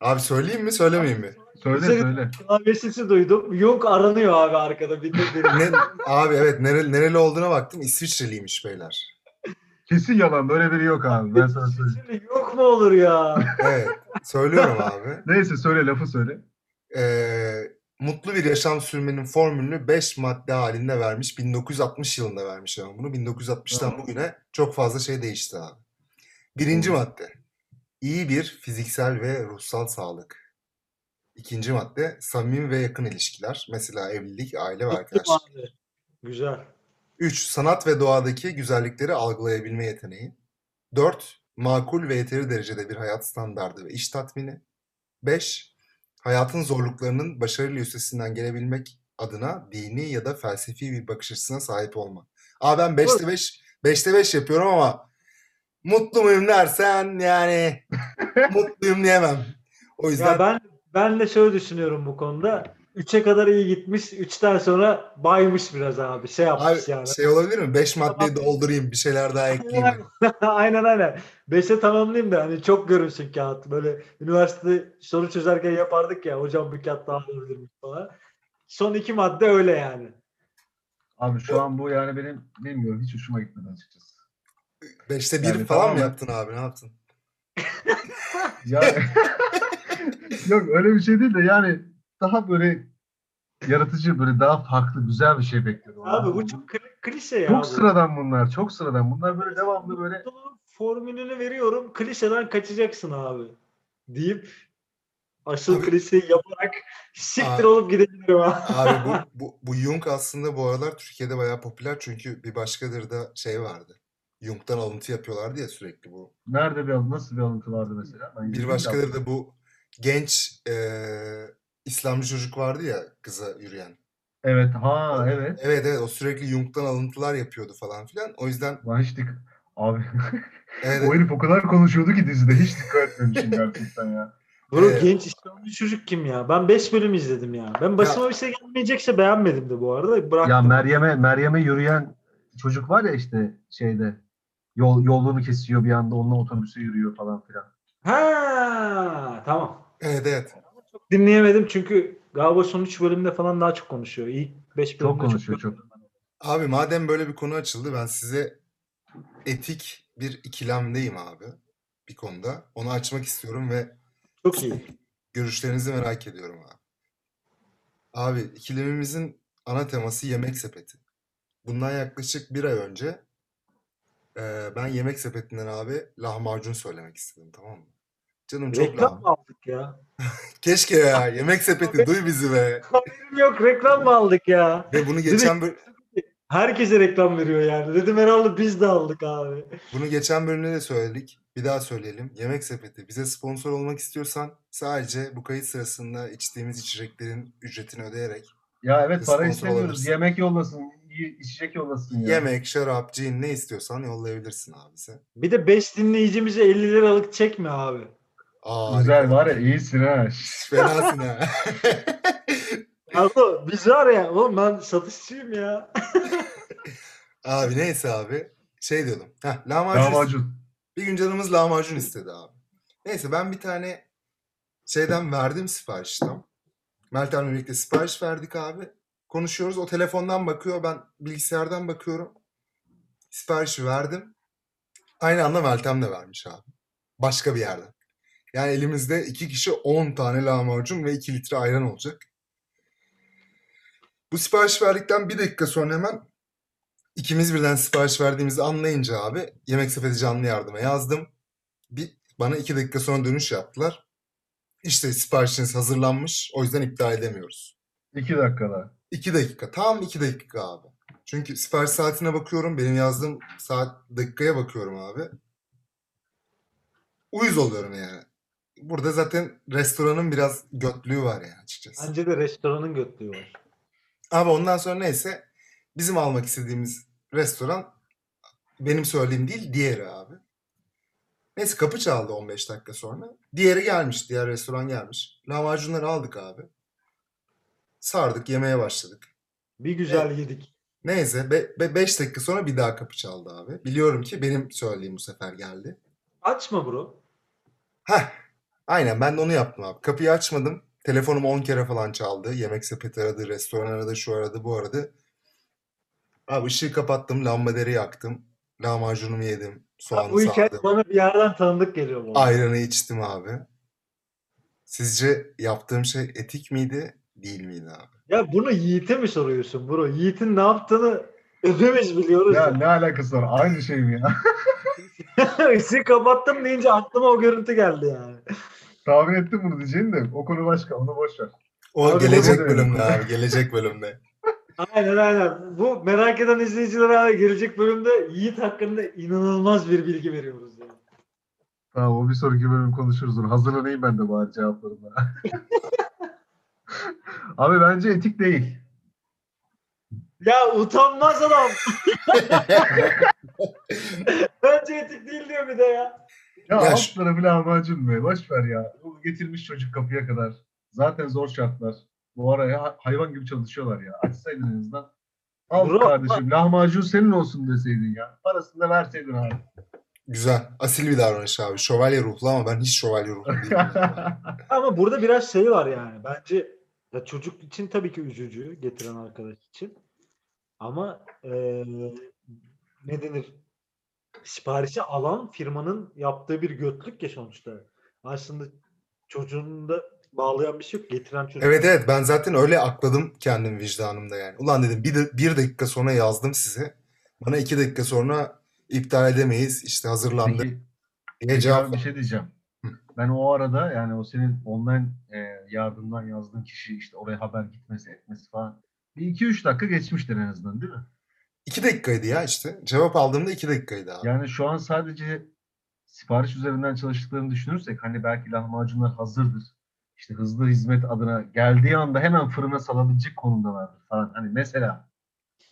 [SPEAKER 3] Abi söyleyeyim mi söylemeyeyim mi?
[SPEAKER 4] Söyle
[SPEAKER 1] Güzel-
[SPEAKER 4] söyle.
[SPEAKER 1] Klavye sesi duydum. Yok aranıyor abi arkada. Bildirim.
[SPEAKER 3] Ne, abi evet nereli, nereli olduğuna baktım İsviçreliymiş beyler.
[SPEAKER 4] Kesin yalan. Böyle biri yok abi.
[SPEAKER 1] <laughs>
[SPEAKER 4] Ben sana söyleyeyim.
[SPEAKER 1] Şimdi yok mu olur ya?
[SPEAKER 3] Evet söylüyorum abi.
[SPEAKER 4] Neyse söyle lafı söyle.
[SPEAKER 3] Ee, mutlu bir yaşam sürmenin formülünü 5 madde halinde vermiş. 1960 yılında vermiş ama bunu. 1960'tan
[SPEAKER 4] Tamam.
[SPEAKER 3] bugüne çok fazla şey değişti abi. Birinci madde iyi bir fiziksel ve ruhsal sağlık. İkinci madde samimi ve yakın ilişkiler. Mesela evlilik, aile ve arkadaşlık.
[SPEAKER 1] Abi. Güzel.
[SPEAKER 3] 3. Sanat ve doğadaki güzellikleri algılayabilme yeteneği. 4. Makul ve yeteri derecede bir hayat standardı ve iş tatmini. 5. Hayatın zorluklarının başarıyla üstesinden gelebilmek adına dini ya da felsefi bir bakış açısına sahip olma. Aa ben 5'te 5 5'te 5 yapıyorum ama mutlu muyum dersen yani <laughs> mutluyum diyemem. O yüzden
[SPEAKER 1] Ya ben ben de şöyle düşünüyorum bu konuda. 3'e kadar iyi gitmiş. 3'ten sonra baymış biraz abi. Şey
[SPEAKER 3] Abi,
[SPEAKER 1] yapmış yani.
[SPEAKER 3] şey olabilir mi? 5 maddeyi doldurayım, bir şeyler daha ekleyeyim.
[SPEAKER 1] aynen aynen. 5'e tamamlayayım da hani çok görünsün kağıt. Böyle üniversite soru çözerken yapardık ya hocam bu kağıt daha olabilir mi falan. Son iki madde öyle yani.
[SPEAKER 4] Abi şu an bu yani benim bilmiyorum hiç hoşuma gitmedi açıkçası.
[SPEAKER 3] 5'te 1 falan
[SPEAKER 4] Yani
[SPEAKER 3] mı
[SPEAKER 4] tamamen-
[SPEAKER 3] yaptın abi? Ne yaptın?
[SPEAKER 4] Ya <laughs> yok öyle bir şey değil de yani daha böyle yaratıcı böyle daha farklı güzel bir şey bekliyorum.
[SPEAKER 1] Abi bu çok kli- klişe ya.
[SPEAKER 4] Çok
[SPEAKER 1] bu.
[SPEAKER 4] sıradan bunlar. Çok sıradan. Bunlar böyle devamlı böyle
[SPEAKER 1] Mutluluğun formülünü veriyorum. Klişeden kaçacaksın abi. Deyip asıl
[SPEAKER 3] Abi-
[SPEAKER 1] klişeyi yaparak siktir
[SPEAKER 3] Abi-
[SPEAKER 1] olup gidebilirim abi.
[SPEAKER 3] Abi bu, bu, bu Jung aslında bu aralar Türkiye'de bayağı popüler çünkü bir başkadır da şey vardı. Jung'dan alıntı yapıyorlardı ya sürekli bu.
[SPEAKER 4] nerede bir alıntı, nasıl bir alıntı vardı mesela? Ben
[SPEAKER 3] Bir
[SPEAKER 4] girdim
[SPEAKER 3] başkadır
[SPEAKER 4] de-
[SPEAKER 3] da bu genç eee İslamcı çocuk vardı ya kıza yürüyen.
[SPEAKER 4] Evet, ha evet.
[SPEAKER 3] Evet evet o sürekli Jung'dan alıntılar yapıyordu falan filan. O yüzden
[SPEAKER 4] Lan hiç dik- Abi <laughs>
[SPEAKER 3] evet,
[SPEAKER 4] o herif o kadar konuşuyordu ki dizide hiç dikkat etmemişim gerçekten ya.
[SPEAKER 1] Bro
[SPEAKER 3] Evet.
[SPEAKER 1] genç İslamcı çocuk kim ya? Ben 5 bölüm izledim ya. Ben başıma bir şey gelmeyecekse beğenmedim de bu arada. Bıraktım.
[SPEAKER 4] Ya Meryem'e Meryem'e yürüyen çocuk var ya işte şeyde yol yolunu kesiyor bir anda onunla otobüse yürüyor falan filan.
[SPEAKER 1] Ha tamam.
[SPEAKER 3] evet evet.
[SPEAKER 1] Çok dinleyemedim çünkü galiba son 3 bölümde falan daha çok konuşuyor. İlk 5 bölümde
[SPEAKER 4] Çok konuşuyor çok.
[SPEAKER 3] Abi madem böyle bir konu açıldı ben size etik bir ikilemdeyim abi bir konuda. Onu açmak istiyorum ve
[SPEAKER 1] Çok iyi.
[SPEAKER 3] Görüşlerinizi merak ediyorum abi. Abi ikilemimizin ana teması yemek sepeti. Bundan yaklaşık bir ay önce eee, ben yemek sepetinden abi lahmacun söylemek istedim tamam mı? Canım çok
[SPEAKER 1] Reklam
[SPEAKER 3] lahmacun.
[SPEAKER 1] mı aldık ya?
[SPEAKER 3] Keşke ya yemek sepeti duy bizi be.
[SPEAKER 1] Haberim yok reklam mı aldık ya?
[SPEAKER 3] Ve bunu
[SPEAKER 1] Direkt-
[SPEAKER 3] geçen böl-
[SPEAKER 1] Herkese reklam veriyor yani. Dedim herhalde biz de aldık abi.
[SPEAKER 3] bunu geçen bölümde de söyledik. Bir daha söyleyelim. Yemek sepeti bize sponsor olmak istiyorsan sadece bu kayıt sırasında içtiğimiz içeceklerin ücretini ödeyerek
[SPEAKER 4] Ya evet para
[SPEAKER 3] Sponsor
[SPEAKER 4] istemiyoruz.
[SPEAKER 3] olabilirsin.
[SPEAKER 4] Yemek yollasın, iyi- içecek yollasın ya.
[SPEAKER 3] yemek, şarap, cin ne istiyorsan yollayabilirsin abisi.
[SPEAKER 1] Bir de 5 dinleyicimize 50 liralık çek mi abi?
[SPEAKER 3] Aa,
[SPEAKER 4] Güzel
[SPEAKER 3] harika.
[SPEAKER 4] var ya iyisin ha.
[SPEAKER 3] Fenasın ha. <laughs>
[SPEAKER 1] Abi biz var ya oğlum ben satışçıyım ya.
[SPEAKER 3] abi neyse abi. Şey diyordum. Heh, lahmacun. ist-
[SPEAKER 4] Lahmacun.
[SPEAKER 3] Bir gün canımız lahmacun istedi abi. Neyse ben bir tane şeyden verdim sipariş tam. Meltem'le birlikte sipariş verdik abi. Konuşuyoruz. O telefondan bakıyor. Ben bilgisayardan bakıyorum. Siparişi verdim. Aynı anda Meltem de vermiş abi. Başka bir yerden. Yani elimizde iki kişi 10 tane lahmacun ve 2 litre ayran olacak. Bu sipariş verdikten bir dakika sonra hemen ikimiz birden sipariş verdiğimizi anlayınca abi yemek sepeti canlı yardıma yazdım. Bir, bana iki dakika sonra dönüş yaptılar. İşte siparişiniz hazırlanmış o yüzden iptal edemiyoruz.
[SPEAKER 4] İki dakikada.
[SPEAKER 3] 2 dakika. Tam 2 dakika abi. Çünkü sipariş saatine bakıyorum. Benim yazdığım saat dakikaya bakıyorum abi. Uyuz oluyorum yani. Burada zaten restoranın biraz götlüğü var yani açıkçası.
[SPEAKER 1] Bence de restoranın götlüğü var.
[SPEAKER 3] Abi ondan sonra neyse bizim almak istediğimiz restoran benim söylediğim değil diğeri abi. Neyse kapı çaldı 15 dakika sonra. Diğeri gelmiş. Diğer restoran gelmiş. Lahmacunları aldık abi. Sardık yemeye başladık.
[SPEAKER 1] Bir güzel yedik.
[SPEAKER 3] Neyse 5 dakika sonra bir daha kapı çaldı abi. Biliyorum ki benim söylediğim bu sefer geldi.
[SPEAKER 1] Açma bro.
[SPEAKER 3] Heh aynen ben de onu yaptım abi. Kapıyı açmadım. Telefonum 10 kere falan çaldı. Yemek sepeti aradı, restoran aradı, şu aradı, bu aradı. Abi ışığı kapattım, lambaderayı yaktım. Lahmacunumu yedim,
[SPEAKER 1] Ya
[SPEAKER 3] soğanı
[SPEAKER 1] bu hikaye
[SPEAKER 3] sardım.
[SPEAKER 1] bana bir yerden tanıdık geliyor bu.
[SPEAKER 3] Ayranı içtim abi. Sizce yaptığım şey etik miydi, değil miydi abi?
[SPEAKER 1] Ya bunu Yiğit'e mi soruyorsun bro? Yiğit'in ne yaptığını hepimiz biliyoruz.
[SPEAKER 4] Ya
[SPEAKER 1] Ya,
[SPEAKER 4] ne alakası var? Aynı şey mi ya?
[SPEAKER 1] <laughs>
[SPEAKER 4] <laughs>
[SPEAKER 1] Işığı kapattım deyince aklıma o görüntü geldi yani.
[SPEAKER 4] Tahmin ettim bunu diyeceğini de o konu başka. Onu boş ver.
[SPEAKER 3] O
[SPEAKER 1] Abi,
[SPEAKER 3] gelecek
[SPEAKER 4] bu-
[SPEAKER 3] bölümde abi, gelecek bölümde.
[SPEAKER 1] Aynen aynen. Bu merak eden izleyicilere abi gelecek bölümde Yiğit hakkında inanılmaz bir bilgi veriyoruz. Yani.
[SPEAKER 4] Tamam o bir sonraki bölüm konuşuruz onu. Hazırlanayım ben de bari cevaplarıma. <laughs> Abi bence etik değil.
[SPEAKER 1] Ya utanmaz adam. Bence etik değil diyor bir de ya.
[SPEAKER 4] Ya
[SPEAKER 3] Ya
[SPEAKER 4] alt
[SPEAKER 3] şu-
[SPEAKER 4] tarafı lahmacun be. Boş ver ya. Bu Getirmiş çocuk kapıya kadar. Zaten zor şartlar. Bu araya ha- hayvan gibi çalışıyorlar ya. Açsaydın en azından. Al
[SPEAKER 1] Bro,
[SPEAKER 4] kardeşim lahmacun senin olsun deseydin ya. Parasını da verseydin abi.
[SPEAKER 3] Güzel. Asil bir davranış abi. Şövalye ruhlu ama ben hiç şövalye ruhlu
[SPEAKER 1] <laughs>
[SPEAKER 3] değilim.
[SPEAKER 4] <laughs>
[SPEAKER 1] Ama burada biraz şey var yani. Bence ya çocuk için tabii ki üzücü getiren arkadaş için. Ama eee, ne denir? Siparişi alan firmanın yaptığı bir götlük ya sonuçta. Aslında çocuğunu da bağlayan bir şey yok. Getiren çocuk.
[SPEAKER 3] Evet evet ben zaten öyle akladım kendim vicdanımda yani. Ulan dedim bir, de- bir dakika sonra yazdım size. Bana iki dakika sonra iptal edemeyiz işte hazırlandı
[SPEAKER 4] Peki,
[SPEAKER 3] diye
[SPEAKER 4] peki
[SPEAKER 3] cevap
[SPEAKER 4] abi bir şey diyeceğim. Ben o arada yani o senin online e, yardımdan yazdığın kişi işte oraya haber gitmesi etmesi falan. Bir iki üç dakika geçmiştir en azından değil mi?
[SPEAKER 3] İki dakikaydı ya işte. Cevap aldığımda iki dakikaydı abi.
[SPEAKER 4] Yani şu an sadece sipariş üzerinden çalıştıklarını düşünürsek hani belki lahmacunlar hazırdır. İşte hızlı hizmet adına geldiği anda hemen fırına salabilecek konumdalardır falan. Hani mesela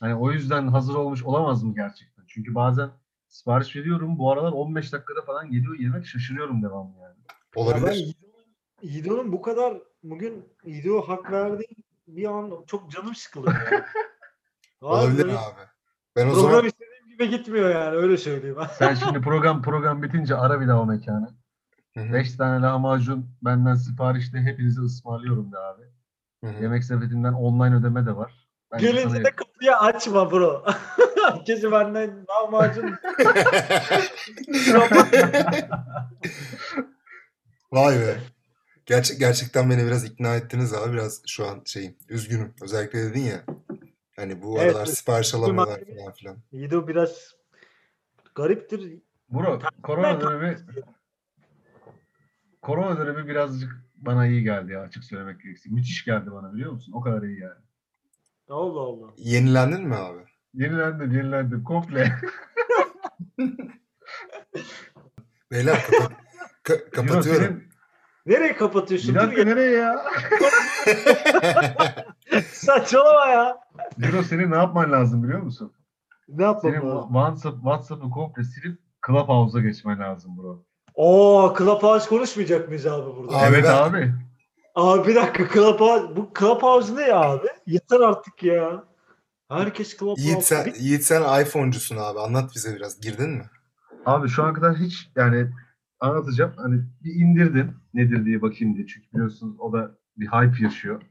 [SPEAKER 4] hani o yüzden hazır olmuş olamaz mı gerçekten? Çünkü bazen sipariş veriyorum bu aralar 15 dakikada falan geliyor yemek şaşırıyorum devamlı yani.
[SPEAKER 1] Ya ben
[SPEAKER 3] Olabilir.
[SPEAKER 1] İdo'nun- İdo'nun bu kadar bugün İdo hak verdiği bir an çok canım sıkıldı.
[SPEAKER 3] <laughs>
[SPEAKER 1] ya.
[SPEAKER 3] Olabilir
[SPEAKER 1] Vallahi
[SPEAKER 3] abi. Ben o
[SPEAKER 1] Program
[SPEAKER 3] zaman
[SPEAKER 1] istediğim gibi gitmiyor yani öyle söyleyeyim.
[SPEAKER 4] Sen şimdi program program bitince ara bir daha o mekanı.
[SPEAKER 3] Hı hı,
[SPEAKER 4] 5 tane lahmacun benden siparişle hepinizi ısmarlıyorum de abi.
[SPEAKER 3] hı hı.
[SPEAKER 4] Yemek sepetinden online ödeme de var. Ben de sana
[SPEAKER 1] Gelince de kapıyı açma bro. <laughs> Herkesi benden lahmacun
[SPEAKER 3] <laughs> Vay be. Gerçek, gerçekten beni biraz ikna ettiniz abi. Biraz şu an şeyim, üzgünüm. Özellikle dedin ya. Hani bu
[SPEAKER 1] Evet,
[SPEAKER 3] aralar
[SPEAKER 1] evet.
[SPEAKER 3] sipariş alamıyorlar
[SPEAKER 1] malzeme-
[SPEAKER 3] falan filan.
[SPEAKER 1] İdo biraz gariptir.
[SPEAKER 4] Bro, korona dönemi korona dönemi birazcık bana iyi geldi ya açık söylemek gerekirse. Müthiş geldi bana biliyor musun? O kadar iyi yani.
[SPEAKER 1] Allah Allah.
[SPEAKER 3] Yenilendin mi abi?
[SPEAKER 4] Yenilendim, yenilendim komple.
[SPEAKER 3] Beyler
[SPEAKER 4] <laughs>
[SPEAKER 3] kapa- ka- <laughs> kapatıyorum.
[SPEAKER 4] Yunus,
[SPEAKER 1] Nereye
[SPEAKER 4] senin-
[SPEAKER 1] kapatıyorsun?
[SPEAKER 4] Bir
[SPEAKER 1] Dur
[SPEAKER 4] dakika
[SPEAKER 1] ya,
[SPEAKER 4] nereye ya?
[SPEAKER 1] Saçmalama ya.
[SPEAKER 4] Yunus senin ne yapman lazım biliyor musun?
[SPEAKER 1] Ne yapmam
[SPEAKER 4] Senin
[SPEAKER 1] lazım?
[SPEAKER 4] WhatsApp, WhatsApp'ı komple silip Clubhouse'a geçmen lazım bro.
[SPEAKER 1] Oo Clubhouse konuşmayacak mıyız abi burada?
[SPEAKER 3] Abi
[SPEAKER 1] Abi,
[SPEAKER 4] evet
[SPEAKER 3] ben-
[SPEAKER 4] abi.
[SPEAKER 1] bir dakika Clubhouse. Bu Clubhouse ne ya abi? Yeter artık ya. Herkes Clubhouse.
[SPEAKER 3] Yiğit sen, Yiğit sen iPhone'cusun abi. Anlat bize biraz. Girdin mi?
[SPEAKER 4] Abi şu ana kadar hiç yani anlatacağım. Hani bir indirdim nedir diye bakayım diye. Çünkü biliyorsunuz o da bir hype yaşıyor.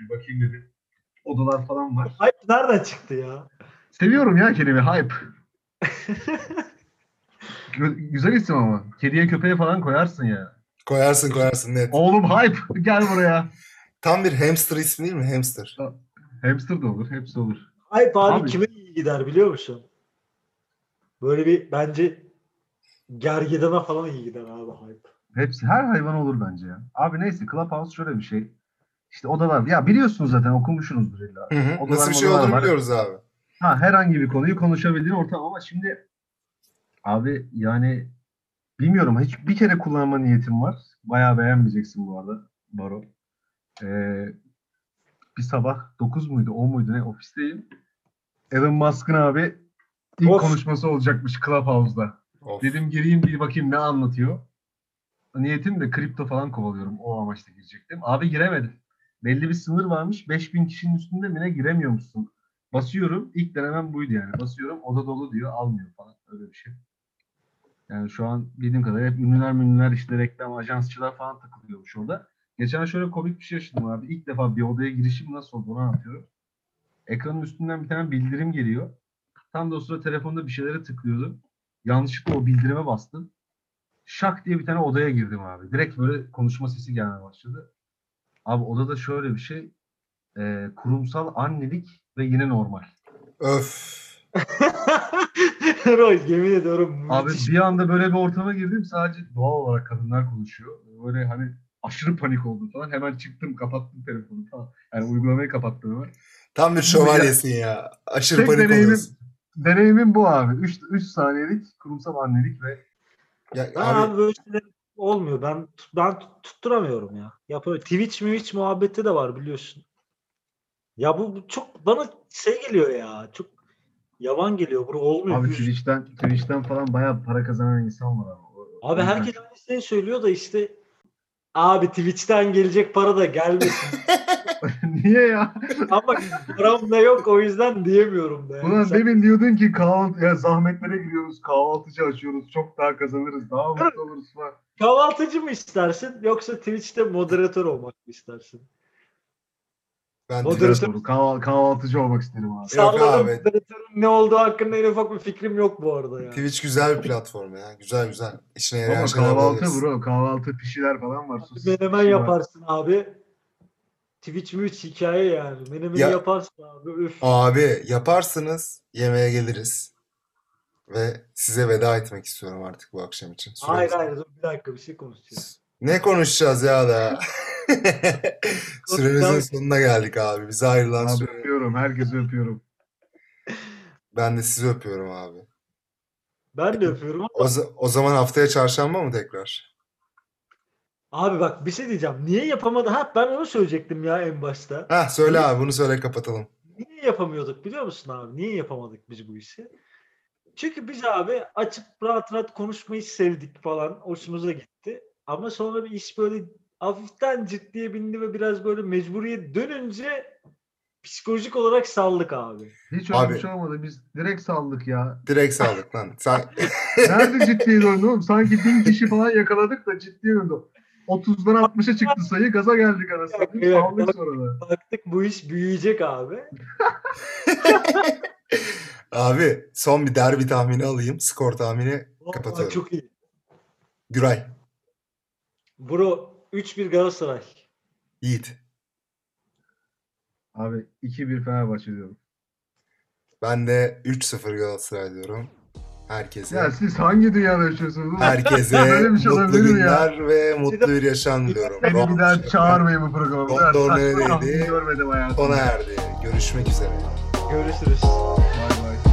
[SPEAKER 4] Bir bakayım dedim. Odalar falan var.
[SPEAKER 1] Hype nereden çıktı ya?
[SPEAKER 4] Seviyorum ya kelime hype. Gü- Güzel isim ama. Kediye köpeğe falan koyarsın ya.
[SPEAKER 3] Koyarsın koyarsın net.
[SPEAKER 4] Oğlum hype gel buraya.
[SPEAKER 3] Tam bir hamster ismi değil mi? Hamster.
[SPEAKER 4] Hamster de olur, hepsi olur.
[SPEAKER 1] Hype abi,
[SPEAKER 4] Abi-
[SPEAKER 1] kime iyi gider biliyor musun? Böyle bir bence gergedana falan iyi gider abi hype.
[SPEAKER 4] Hepsi her hayvan olur bence ya. Abi neyse Clubhouse şöyle bir şey. İşte odalar. Ya biliyorsunuz zaten okumuşsunuzdur illa.
[SPEAKER 3] Hı hı.
[SPEAKER 4] Odalar,
[SPEAKER 3] Nasıl bir şey
[SPEAKER 4] modalar
[SPEAKER 3] olduğunu
[SPEAKER 4] var.
[SPEAKER 3] biliyoruz abi.
[SPEAKER 4] Ha herhangi bir konuyu konuşabildiğin ortam ama şimdi abi yani bilmiyorum hiç bir kere kullanma niyetim var. Bayağı beğenmeyeceksin bu arada Baro. Ee, bir sabah 9 muydu 10 muydu ne ofisteyim. Elon Musk'ın abi ilk
[SPEAKER 1] Of.
[SPEAKER 4] konuşması olacakmış Clubhouse'da.
[SPEAKER 3] Of.
[SPEAKER 4] Dedim gireyim bir bakayım ne anlatıyor. Niyetim de kripto falan kovalıyorum. O amaçla girecektim. Abi giremedim. Belli bir sınır varmış. 5000 kişinin üstünde mi ne giremiyormuşsun. Basıyorum. İlk denemem buydu yani. Basıyorum oda dolu diyor. Almıyor falan. Öyle bir şey. Yani şu an bildiğim kadarıyla hep ünlüler münlüler işte reklam ajansçılar falan takılıyormuş orada. Geçen şöyle komik bir şey yaşadım abi. İlk defa bir odaya girişim nasıl oldu onu anlatıyorum. Ekranın üstünden bir tane bildirim geliyor. Tam da o sırada telefonda bir şeylere tıklıyordum yanlışlıkla o bildirime bastım. Şak diye bir tane odaya girdim abi. Direkt böyle konuşma sesi gelmeye başladı. Abi odada şöyle bir şey. e, kurumsal annelik ve yine normal.
[SPEAKER 3] Öf.
[SPEAKER 1] <laughs> Roy yemin ediyorum
[SPEAKER 4] Abi
[SPEAKER 1] müthiş.
[SPEAKER 4] bir anda böyle bir ortama girdim. Sadece doğal olarak kadınlar konuşuyor. Böyle hani aşırı panik oldum falan. Hemen çıktım kapattım telefonu falan. Yani uygulamayı kapattım hemen.
[SPEAKER 3] Tam bir şövalyesin ya. Aşırı
[SPEAKER 4] Tek
[SPEAKER 3] panik
[SPEAKER 4] deneyimim-
[SPEAKER 3] oluyorsun.
[SPEAKER 4] Deneyimim bu abi. 3 saniyelik kurumsal annelik ve
[SPEAKER 3] Ya,
[SPEAKER 1] Ben
[SPEAKER 3] abi,
[SPEAKER 1] abi böyle şeyler olmuyor. Ben ben tut- tutturamıyorum ya. Yapamıyorum. Twitch mi Twitch muhabbeti de var biliyorsun. Ya bu, bu çok bana şey geliyor ya. Çok yavan geliyor. Bu olmuyor.
[SPEAKER 4] Abi
[SPEAKER 1] Üz-
[SPEAKER 4] Twitch'ten, Twitch'ten falan bayağı para kazanan insan var ama. O
[SPEAKER 1] Abi herkes aynı şeyi söylüyor da işte abi Twitch'ten gelecek para da gelmesin.
[SPEAKER 4] <laughs>
[SPEAKER 1] <laughs>
[SPEAKER 4] Niye ya?
[SPEAKER 1] Ama param da yok o yüzden diyemiyorum da. Yani.
[SPEAKER 4] Ulan
[SPEAKER 1] Sen-
[SPEAKER 4] demin diyordun ki kahvaltı, ya zahmetlere giriyoruz, kahvaltıcı açıyoruz, çok daha kazanırız, daha mutlu oluruz falan.
[SPEAKER 1] Kahvaltıcı mı istersin yoksa Twitch'te moderatör olmak mı istersin?
[SPEAKER 3] Ben
[SPEAKER 1] O
[SPEAKER 3] direkt-
[SPEAKER 1] dürüst-
[SPEAKER 4] Doğru, kahval- kahvaltıcı olmak isterim abi.
[SPEAKER 1] Salladım
[SPEAKER 3] abi.
[SPEAKER 1] moderatörün ne olduğu hakkında en ufak bir fikrim yok bu arada ya.
[SPEAKER 3] Twitch güzel bir platform ya. Güzel güzel. İşine yarayan
[SPEAKER 4] Ama
[SPEAKER 3] şeyler
[SPEAKER 4] kahvaltı
[SPEAKER 3] bulabilirsin.
[SPEAKER 4] bro, kahvaltı pişiler falan var. sosis
[SPEAKER 1] Menemen
[SPEAKER 4] pişi var.
[SPEAKER 1] yaparsın abi. Twitch mi üç hikaye yani. Menemeni
[SPEAKER 3] Ya-
[SPEAKER 1] yaparsın abi. Üf.
[SPEAKER 3] Abi yaparsınız, yemeğe geliriz. Ve size veda etmek istiyorum artık bu akşam için. Süremiz-
[SPEAKER 1] hayır hayır dur bir dakika bir şey konuşacağız.
[SPEAKER 3] Ne konuşacağız ya da?
[SPEAKER 4] <laughs>
[SPEAKER 3] Süremizin
[SPEAKER 1] Konuşacağız.
[SPEAKER 3] sonuna geldik abi. Bize ayrılan
[SPEAKER 4] Abi
[SPEAKER 3] süre.
[SPEAKER 4] öpüyorum, herkesi öpüyorum.
[SPEAKER 3] Ben de sizi öpüyorum abi.
[SPEAKER 1] Ben de öpüyorum
[SPEAKER 3] O, za- o zaman haftaya çarşamba mı tekrar?
[SPEAKER 1] Abi bak bir şey diyeceğim. Niye yapamadı? Ha ben onu söyleyecektim ya en başta.
[SPEAKER 3] Heh söyle abi bunu söyle kapatalım.
[SPEAKER 1] Niye yapamıyorduk biliyor musun abi? Niye yapamadık biz bu işi? Çünkü biz abi açıp rahat rahat konuşmayı sevdik falan. Hoşumuza gitti. Ama sonra bir iş böyle hafiften ciddiye bindi ve biraz böyle mecburiyet dönünce psikolojik olarak saldık abi.
[SPEAKER 4] Hiç öyle
[SPEAKER 3] Abi.
[SPEAKER 4] bir şey olmadı, biz direkt saldık ya.
[SPEAKER 3] Direkt sağlık lan.
[SPEAKER 4] <laughs>
[SPEAKER 3] Sen
[SPEAKER 4] Nerede ciddiye döndü oğlum? Sanki bin kişi falan yakaladık da ciddiye döndü. 30'dan 60'a çıktı sayı, gaza geldik anasını.
[SPEAKER 1] Evet, evet.
[SPEAKER 4] Saldık sonra da.
[SPEAKER 1] Baktık bu iş büyüyecek abi.
[SPEAKER 3] abi son bir derbi tahmini alayım. Skor tahmini
[SPEAKER 1] Vallahi
[SPEAKER 3] kapatıyorum.
[SPEAKER 1] Çok iyi.
[SPEAKER 3] Güray,
[SPEAKER 1] Bro 3-1 Galatasaray.
[SPEAKER 3] Yiğit.
[SPEAKER 4] Abi 2-1 Fenerbahçe diyorum.
[SPEAKER 3] Ben de 3-0 Galatasaray diyorum. Herkese
[SPEAKER 4] Ya siz hangi dünyada yaşıyorsunuz? oğlum?
[SPEAKER 3] herkese
[SPEAKER 4] <laughs> Böyle bir
[SPEAKER 3] mutlu
[SPEAKER 4] şey olabilir mi ya?
[SPEAKER 3] günler ve mutlu bir yaşam diliyorum.
[SPEAKER 4] Beni bir daha
[SPEAKER 3] Rahat-
[SPEAKER 4] çağırmayın bu programa. Bu kadar
[SPEAKER 3] Doktor
[SPEAKER 4] saçma
[SPEAKER 3] neredeydi?
[SPEAKER 4] görmedim hayatımda.
[SPEAKER 3] Sona erdi. Görüşmek üzere.
[SPEAKER 1] Görüşürüz.
[SPEAKER 4] Bay bay.